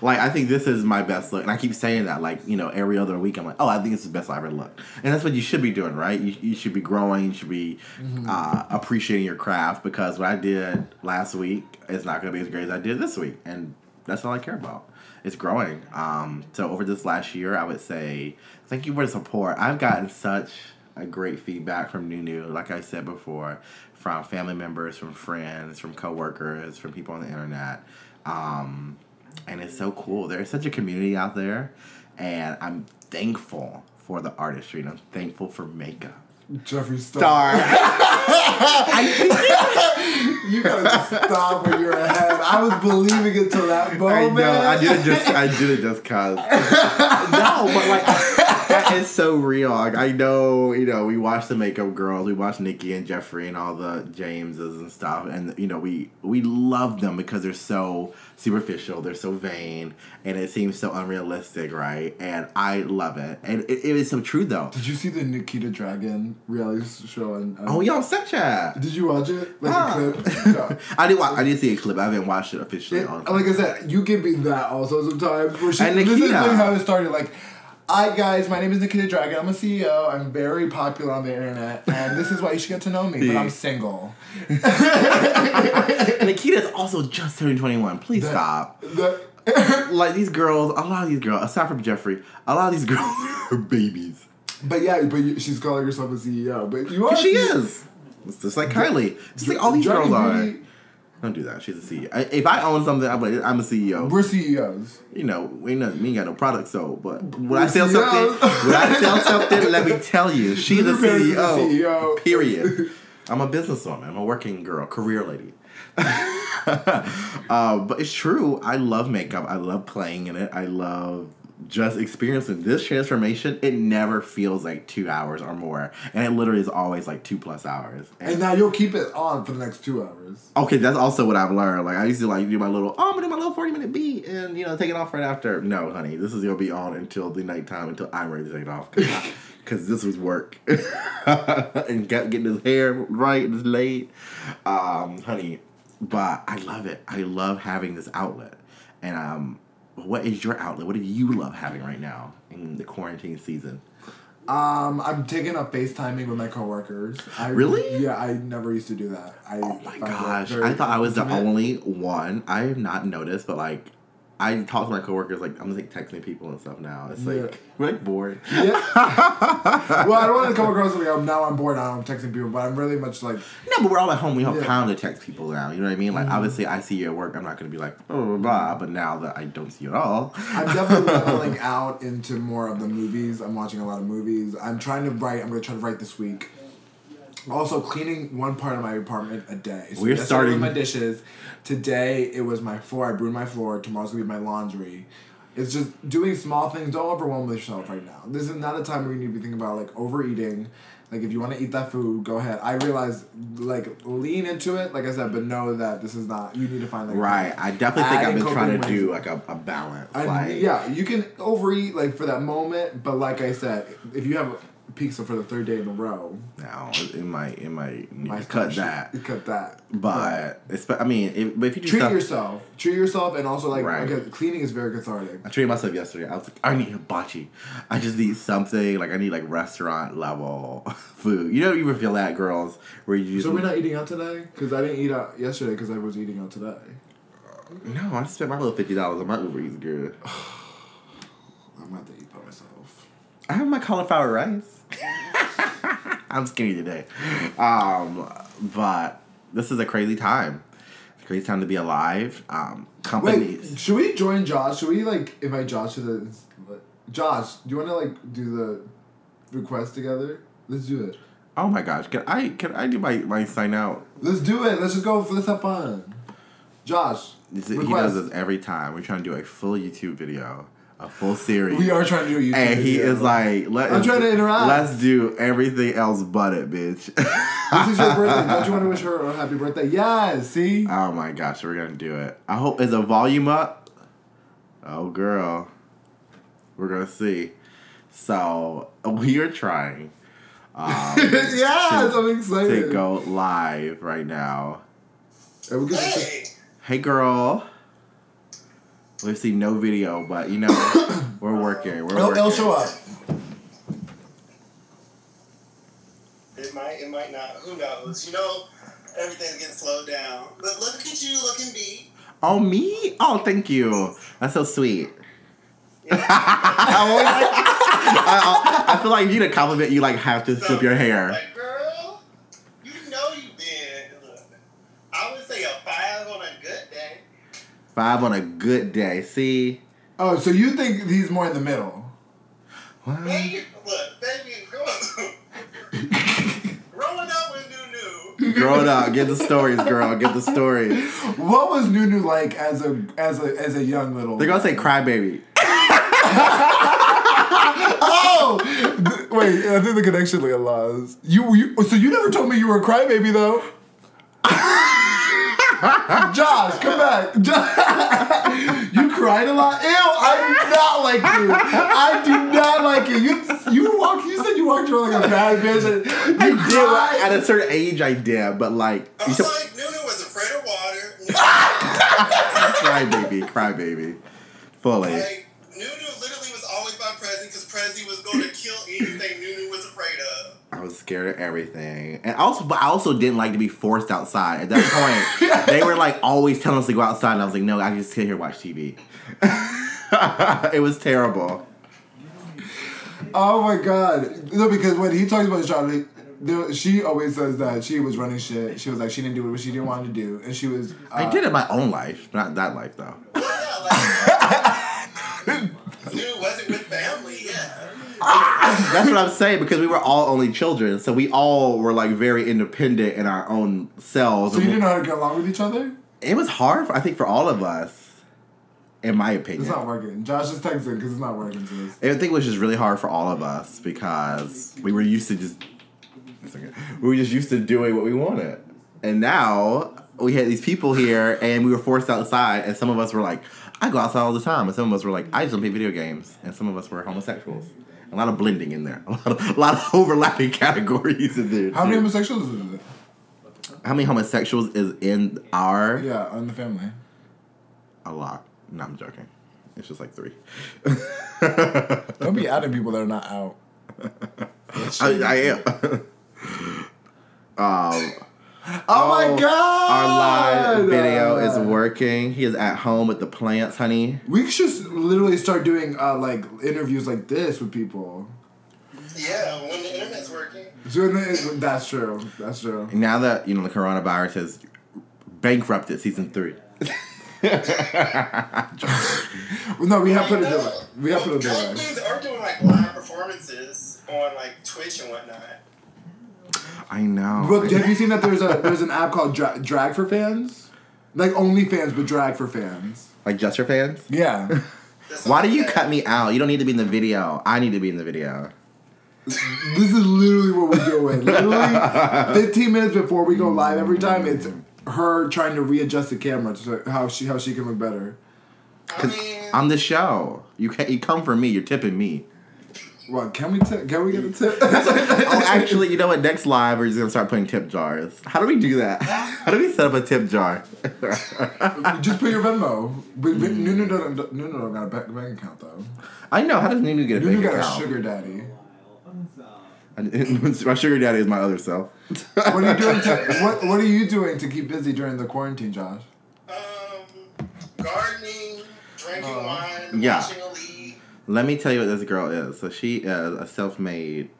Speaker 2: like I think this is my best look, and I keep saying that. Like you know, every other week I'm like, oh, I think this is the best I ever looked, and that's what you should be doing, right? You, you should be growing, you should be uh, appreciating your craft because what I did last week is not going to be as great as I did this week, and that's all I care about. It's growing. Um, so over this last year, I would say thank you for the support. I've gotten such a great feedback from Nunu, like I said before, from family members, from friends, from coworkers, from people on the internet. Um, and it's so cool. There's such a community out there, and I'm thankful for the artistry, and I'm thankful for makeup.
Speaker 1: Jeffree Star.
Speaker 2: Star.
Speaker 1: You gotta just stop when you're ahead. I was believing it till that
Speaker 2: I
Speaker 1: moment.
Speaker 2: know. I did it just. I did it just cause. no, but like that is so real. Like I know, you know, we watch the Makeup Girls, we watch Nikki and Jeffrey and all the Jameses and stuff, and you know, we we love them because they're so superficial, they're so vain, and it seems so unrealistic, right? And I love it, and it, it is so true though.
Speaker 1: Did you see the Nikita Dragon reality show? On, on-
Speaker 2: Oh, yeah, Ah. on Snapchat.
Speaker 1: Did you watch it? Like
Speaker 2: Huh.
Speaker 1: the clip? No.
Speaker 2: I did. Watch, I did see a clip. I haven't watched it officially.
Speaker 1: It-
Speaker 2: on
Speaker 1: like I said, you give me that also sometimes. Where she,
Speaker 2: And
Speaker 1: this is
Speaker 2: Nikita.
Speaker 1: really how it started. Like, hi guys, my name is Nikita Dragon. I'm a CEO. I'm very popular on the internet, and this is why you should get to know me. But I'm single.
Speaker 2: And Nikita's also just turning 21. Please stop.
Speaker 1: The-
Speaker 2: Like these girls, a lot of these girls, aside from Jeffrey, a lot of these girls are babies.
Speaker 1: but yeah, but you, she's calling herself a CEO. But you are. E
Speaker 2: But she is. It's just like Kylie. Just like all these
Speaker 1: Dragon
Speaker 2: girls are.
Speaker 1: Beauty,
Speaker 2: Don't do that. She's a CEO. I- If I own something, I'm like, I'm a E CEO.
Speaker 1: We're E CEOs.
Speaker 2: You know, we ain't, no- we ain't got no product sold, but when I sell
Speaker 1: CEOs.
Speaker 2: something, when I sell something, let me tell you, she's a
Speaker 1: You're very the
Speaker 2: CEO.
Speaker 1: CEO.
Speaker 2: E Period. I'm a businesswoman. I'm a working girl, career lady. uh, but it's true. I love makeup. I love playing in it. I love just experiencing this transformation. It never feels like two hours or more, and it literally is always like two plus hours.
Speaker 1: And now you'll keep it on for the next two hours.
Speaker 2: Okay, that's also what I've learned. Like I used to like do my little, oh, I'm gonna do my little forty minute beat, and you know take it off right after. No, honey, this is gonna be on until the nighttime until I'm ready to take it off because this was work and got getting his hair right and it's late, um, honey. But I love it. I love having this outlet. And um, what is your outlet? What do you love having right now in the quarantine season?
Speaker 1: Um, I'm taking up FaceTiming with my coworkers. I,
Speaker 2: Really?
Speaker 1: Yeah, I never used to do that. I
Speaker 2: Oh my gosh! I thought I was the only one. I have not noticed, but like I talk to my coworkers like I'm just like texting people and stuff now. It's like
Speaker 1: Yeah.
Speaker 2: we're like bored.
Speaker 1: Yeah. well, I don't want to come across like I'm now I'm bored. now I'm texting people, but I'm really much like
Speaker 2: No, but we're all at home. We have
Speaker 1: Yeah. Mm-hmm.
Speaker 2: time to text people now. You know what I mean? Like obviously, I see you at work. I'm not gonna be like blah blah blah. blah but now that I don't see you at all,
Speaker 1: I'm definitely leveling out into more of the movies. I'm watching a lot of movies. I'm trying to write. I'm gonna try to write this week. Also, cleaning one part of my apartment a day. So
Speaker 2: We're
Speaker 1: yesterday
Speaker 2: starting-
Speaker 1: was my dishes. Today it was my floor. I brewed my floor. Tomorrow's gonna be my laundry. It's just doing small things. Don't overwhelm yourself right now. This is not a time where you need to be thinking about like overeating. Like if you want to eat that food, go ahead. I realize like lean into it, like I said, but know that this is not. You need to find like
Speaker 2: right? I definitely think
Speaker 1: Adding
Speaker 2: I've been
Speaker 1: coping
Speaker 2: trying to
Speaker 1: ways.
Speaker 2: do like a, a balance.
Speaker 1: I-
Speaker 2: like
Speaker 1: yeah, you can overeat like for that moment, but like I said, if you have pizza for the third day in a row,
Speaker 2: now it might it might need
Speaker 1: my
Speaker 2: to cut
Speaker 1: gosh,
Speaker 2: that.
Speaker 1: cut that.
Speaker 2: But it's, I mean, if, but if you do
Speaker 1: treat
Speaker 2: stuff,
Speaker 1: yourself, treat yourself, and also like
Speaker 2: Right.
Speaker 1: okay, cleaning is very cathartic.
Speaker 2: I treated myself yesterday. I was like, I need hibachi. I just need something like I need like restaurant level food. You don't even feel that, girls. Where you just
Speaker 1: So we're not eating out today because I didn't eat out yesterday because I was eating out today.
Speaker 2: no. I spent my little fifty dollars on my Uber Eats good.
Speaker 1: I'm gonna have to eat by myself.
Speaker 2: I have my cauliflower rice. I'm skinny today. Um, but this is a crazy time. It's a crazy time to be alive. Um,
Speaker 1: Wait,
Speaker 2: companies.
Speaker 1: should we join Josh? Should we like invite Josh to the? Josh, do you want to like do the request together? Let's do it.
Speaker 2: Oh my gosh, can I can I do my, my sign out?
Speaker 1: Let's do it. Let's just go. Let's have fun. Josh,
Speaker 2: This is- he
Speaker 1: request.
Speaker 2: does this every time. We're trying to do a full YouTube video, a full series.
Speaker 1: We are trying to do a YouTube.
Speaker 2: and he
Speaker 1: video.
Speaker 2: is like, let,
Speaker 1: I'm trying to interact.
Speaker 2: Let's do everything else but it, bitch.
Speaker 1: "This is your birthday. Don't you want to wish her a happy birthday?" Yes. See,
Speaker 2: oh my gosh, we're gonna do it. I hope is the volume up. Oh girl, we're gonna see. So we are trying um,
Speaker 1: yes,
Speaker 2: to-
Speaker 1: I'm
Speaker 2: to
Speaker 1: excited.
Speaker 2: go live right now.
Speaker 1: And we're gonna-
Speaker 4: Hey,
Speaker 2: Hey girl, we've seen no video, but you know we're working. We're
Speaker 1: They'll,
Speaker 2: working.
Speaker 1: they'll show up.
Speaker 4: it might, it might not. Who knows? You know, everything's getting slowed down. But look at you looking beat.
Speaker 2: Oh me? Oh, thank you. That's so sweet. I'm always like- I, I- I feel like you to compliment you like have to strip your hair.
Speaker 4: Like, girl, you know you been. Look, I would say a five on a good day.
Speaker 2: Five on a good day. See.
Speaker 1: Oh, so you think he's more in the middle?
Speaker 2: What?
Speaker 4: Baby, look, baby, growing, growing up with new new.
Speaker 2: Grow it up. Get the stories, girl. Get the stories.
Speaker 1: What was Nunu like as a as a as a young little?
Speaker 2: They're gonna say crybaby.
Speaker 1: Oh, Th- wait. I think the connection like lost. You, you. So you never told me you were a crybaby though. Josh, come back. Jo- you cried a lot. Ew, I do not like you. I do not like you. You, you walk. You said you walked around like a bad bitch. And you
Speaker 2: I did
Speaker 1: cried.
Speaker 2: like, at a certain age. I did, but like
Speaker 4: I
Speaker 2: you said,
Speaker 4: was like, Nunu was afraid of water.
Speaker 2: crybaby, crybaby, fully.
Speaker 4: Like, Nunu literally was always my Prezi because Prezi was going to kill anything Nunu was afraid of.
Speaker 2: I was scared of everything, and also, but I also didn't like to be forced outside. At that point, they were like always telling us to go outside, and I was like, no, I can just sit here and watch TV. it was terrible.
Speaker 1: Oh my god! No, because when he talks about Charlotte, there, she always says that she was running shit. She was like she didn't do what she didn't want to do, and she was. Uh,
Speaker 2: I did it in my own life, not that life though.
Speaker 4: Yeah, like, Nunu wasn't with family, yeah.
Speaker 2: That's what I'm saying because we were all only children, so we all were like very independent in our own selves.
Speaker 1: So you didn't know how to get along with each other.
Speaker 2: it was hard, I think, for all of us, in my opinion.
Speaker 1: It's not working. Josh is texting because it's not working. Sis.
Speaker 2: I think it was just really hard for all of us because we were used to just it's okay. we were just used to doing what we wanted, and now we had these people here, and we were forced outside, and some of us were like, "I go outside all the time," and some of us were like, "I just don't play video games," and some of us were homosexuals. A lot of blending in there, a lot of, a lot of overlapping categories in there.
Speaker 1: How many
Speaker 2: too.
Speaker 1: homosexuals is it?
Speaker 2: How many homosexuals is in our
Speaker 1: Yeah, on the family.
Speaker 2: a lot? No, I'm joking. It's just like three.
Speaker 1: Don't be adding people that are not out.
Speaker 2: I, I am. um,
Speaker 1: Oh, my god!
Speaker 2: Our live video is working. He is at home with the plants, honey.
Speaker 1: We should s- literally start doing uh, like interviews like this with people.
Speaker 4: Yeah, when the internet's working.
Speaker 1: So then- That's true. That's true.
Speaker 2: And now that you know the coronavirus has bankrupted season three.
Speaker 1: No, we have put it
Speaker 4: No,
Speaker 1: that way. We have put it that way.
Speaker 4: Philippines are doing like live performances on like Twitch and whatnot.
Speaker 2: I know.
Speaker 1: But have you seen that there's a there's an app called Dra- Drag for Fans, like OnlyFans but Drag for Fans.
Speaker 2: like just your fans.
Speaker 1: Yeah.
Speaker 4: That's
Speaker 2: Why
Speaker 4: all
Speaker 2: do you
Speaker 4: I'm
Speaker 2: cut
Speaker 4: saying.
Speaker 2: me out? You don't need to be in the video. I need to be in the video.
Speaker 1: This is literally what we're doing. Literally, 15 minutes before we go live every time, it's her trying to readjust the camera to how she how she can look better.
Speaker 4: I mean,
Speaker 2: I'm the show. You can't. You come for me. You're tipping me.
Speaker 1: Well, can we t- can we get a tip?
Speaker 2: Oh, actually, you know what? Next live, we're just gonna start putting tip jars. How do we do that? How do we set up a tip jar?
Speaker 1: Just put your Venmo. But,
Speaker 2: Mm.
Speaker 1: but Nunu don't Nunu don't got a bank, bank account though.
Speaker 2: I know. How does Nunu get a
Speaker 1: Nunu
Speaker 2: bank
Speaker 1: got
Speaker 2: account?
Speaker 1: a sugar daddy.
Speaker 2: my sugar daddy is my other self.
Speaker 1: What are you doing? To, what What are you doing to keep busy during the quarantine, Josh?
Speaker 4: um, gardening, drinking wine,
Speaker 2: yeah.
Speaker 4: watching a league.
Speaker 2: Let me tell you what this girl is. So she is a self-made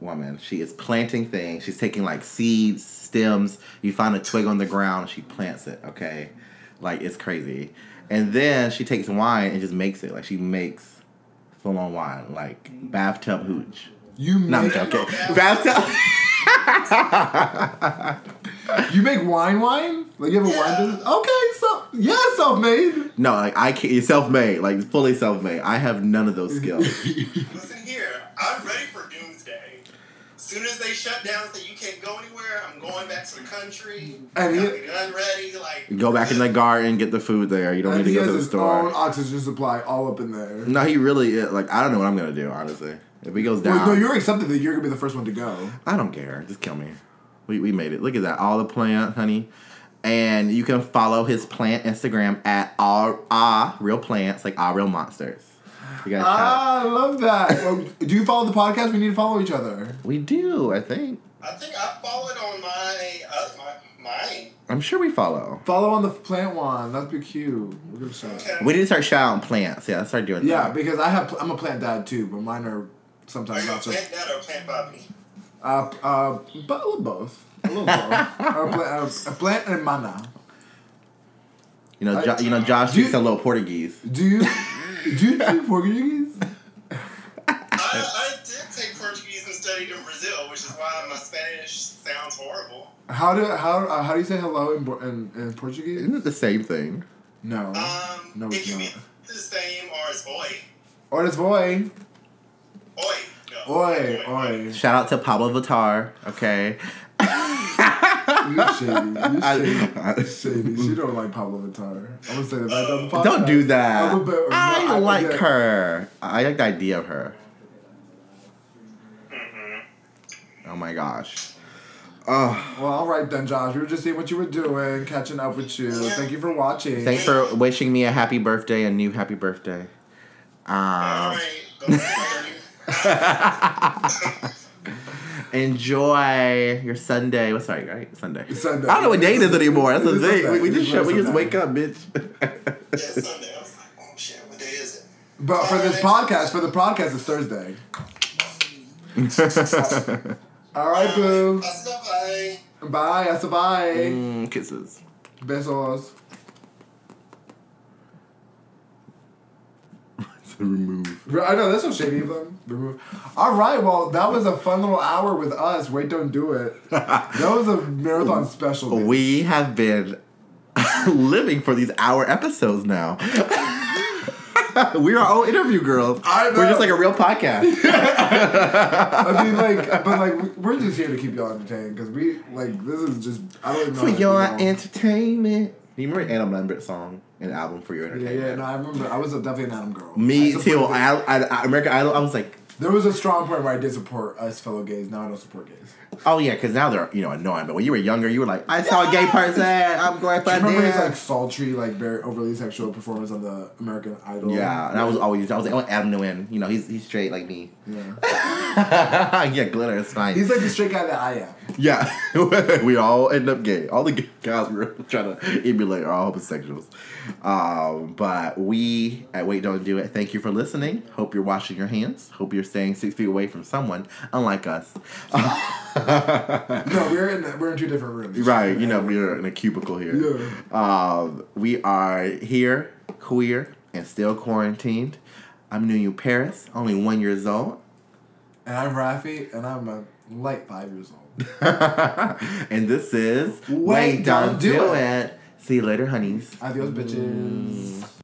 Speaker 2: woman. She is planting things. She's taking like seeds, stems. You find a twig on the ground, she plants it. Okay, like it's crazy. And then she takes wine and just makes it. Like she makes full-on wine, like bathtub hooch.
Speaker 1: You
Speaker 2: No, I'm
Speaker 1: make
Speaker 2: joking. bathtub.
Speaker 1: you make wine wine? Like you have a wine
Speaker 4: Yeah.
Speaker 1: business? Okay, so yeah, self made.
Speaker 2: No, like I can't. It's self-made. Like fully self-made. I have none of those skills.
Speaker 4: Listen here, I'm ready for doomsday. Soon as they shut down, say you can't go anywhere. I'm going back to the country.
Speaker 1: And
Speaker 4: got
Speaker 1: he-
Speaker 4: the gun ready, like
Speaker 2: Go back in the garden, get the food there. You don't
Speaker 1: And
Speaker 2: need
Speaker 1: he
Speaker 2: to go
Speaker 1: has
Speaker 2: to the
Speaker 1: his
Speaker 2: store.
Speaker 1: own oxygen supply all up in there.
Speaker 2: No, he really is. Like, I don't know what I'm gonna do, honestly. If he goes down,
Speaker 1: Well, no, you're accepted that you're gonna be the first one to go.
Speaker 2: I don't care. Just kill me. We, we made it. Look at that. All the plant, honey. And you can follow his plant Instagram at all ah real plants, like ah real monsters. You guys, ah.
Speaker 1: Ah, I love that. Well, do you follow the podcast? We need to follow each other.
Speaker 2: we do. I think.
Speaker 4: I think I followed on my uh, my mine.
Speaker 2: I'm sure we follow.
Speaker 1: Follow on the plant one. That'd be cute. We're gonna shout.
Speaker 4: Okay.
Speaker 2: We need to start shouting out plants. Yeah, let's start doing
Speaker 1: Yeah,
Speaker 2: that.
Speaker 1: because I have. I'm a plant dad too, but mine are
Speaker 4: Are
Speaker 1: sometimes
Speaker 4: you a
Speaker 1: not so.
Speaker 4: plant dad or a plant Bobby?
Speaker 1: Uh, uh, but a little both. A little both. or a, plant, a, a plant and mana.
Speaker 2: You know, jo-
Speaker 1: I-
Speaker 2: you know, Josh
Speaker 1: Do you-
Speaker 2: speaks a little Portuguese.
Speaker 1: Do you do you speak Portuguese?
Speaker 4: I, I did take Portuguese and studied in Brazil, which is why my Spanish sounds horrible.
Speaker 1: How do how uh, how do you say hello in, Por- in, in Portuguese?
Speaker 2: Isn't it the same thing?
Speaker 1: No.
Speaker 4: Um,
Speaker 1: No,
Speaker 4: it
Speaker 1: it's
Speaker 4: can be
Speaker 1: not.
Speaker 4: the same or it's oi.
Speaker 1: Or it's boy.
Speaker 4: Oi. No.
Speaker 1: Oi, oi.
Speaker 2: Shout out to Pablo Vitar. Okay.
Speaker 1: You shady. You shady.
Speaker 2: I- I-
Speaker 1: Shady. She don't like Pablo Vittar. I'm gonna say that back on the podcast.
Speaker 2: Don't do that.
Speaker 1: uh, I would bet-
Speaker 2: I,
Speaker 1: no, I would
Speaker 2: like
Speaker 1: bet-
Speaker 2: her. I like the idea of her. Oh my gosh. Oh,
Speaker 1: Well, all right then, Josh. We were just seeing what you were doing, catching up with you. Thank you for watching.
Speaker 2: thanks for wishing me a happy birthday, a new happy birthday.
Speaker 1: Uh-huh.
Speaker 2: Um,
Speaker 4: Alright. Go ahead, Bobby.
Speaker 2: enjoy your Sunday. What's sorry, right? Sunday.
Speaker 1: Sunday.
Speaker 2: I don't know what day it is anymore. That's
Speaker 1: It
Speaker 2: the
Speaker 1: is
Speaker 2: thing.
Speaker 1: Sunday.
Speaker 2: We, we
Speaker 1: It
Speaker 2: just
Speaker 1: is
Speaker 2: show, we just
Speaker 1: Sunday.
Speaker 2: wake up, bitch.
Speaker 4: Yeah, it's Sunday. I was like, oh shit, what day is it?
Speaker 1: But for this podcast, for the podcast, it's Thursday. All
Speaker 4: Um,
Speaker 1: right, boo.
Speaker 4: Hasta bye.
Speaker 1: Bye. That's a bye.
Speaker 2: Mm, kisses.
Speaker 1: Besos.
Speaker 2: remove.
Speaker 1: I know that's so shady of them. Remove. All right, well, that was a fun little hour with us. Wait, don't do it. That was a marathon special. man.
Speaker 2: We have been living for these hour episodes now. we are all interview girls.
Speaker 1: I know.
Speaker 2: We're just like a real podcast.
Speaker 1: I mean, like, but like, we- we're just here to keep y'all entertained because we like this is just I don't even know.
Speaker 2: for
Speaker 1: how to
Speaker 2: your
Speaker 1: do it all.
Speaker 2: entertainment. Do you remember Adam Lambert song and album for your
Speaker 1: Yeah,
Speaker 2: entertainment?
Speaker 1: yeah, no, I remember. I was a, definitely an Adam girl.
Speaker 2: Me
Speaker 1: I
Speaker 2: too.
Speaker 1: supported-
Speaker 2: I, I, I, American Idol. I was like,
Speaker 1: there was a strong point where I did support us fellow gays. Now I don't support gays.
Speaker 2: oh yeah, because now they're you know annoying. But when you were younger, you were like, I saw a gay person. I'm going for
Speaker 1: I remember his like
Speaker 2: this.
Speaker 1: sultry, like very overly sexual performance on the American Idol.
Speaker 2: Yeah, and I was always I was like, I want Adam to win. You know, he's he's straight like me.
Speaker 1: Yeah.
Speaker 2: yeah, glitter is fine.
Speaker 1: He's like the straight guy that I am.
Speaker 2: Yeah, we all end up gay. All the gay guys we're trying to emulate are all homosexuals. Um, but we at Wait Don't Do It, thank you for listening. Hope you're washing your hands. Hope you're staying six feet away from someone, unlike us.
Speaker 1: No, we're in we're in two different rooms.
Speaker 2: Right, you know, we're in a cubicle here. Um, we are here, queer, and still quarantined. I'm New Paris, only one years old.
Speaker 1: And I'm Rafi, and I'm a light five years old.
Speaker 2: and this is
Speaker 1: Wait, Don't Do It.
Speaker 2: See you later, honeys. Mm.
Speaker 1: Adios, bitches.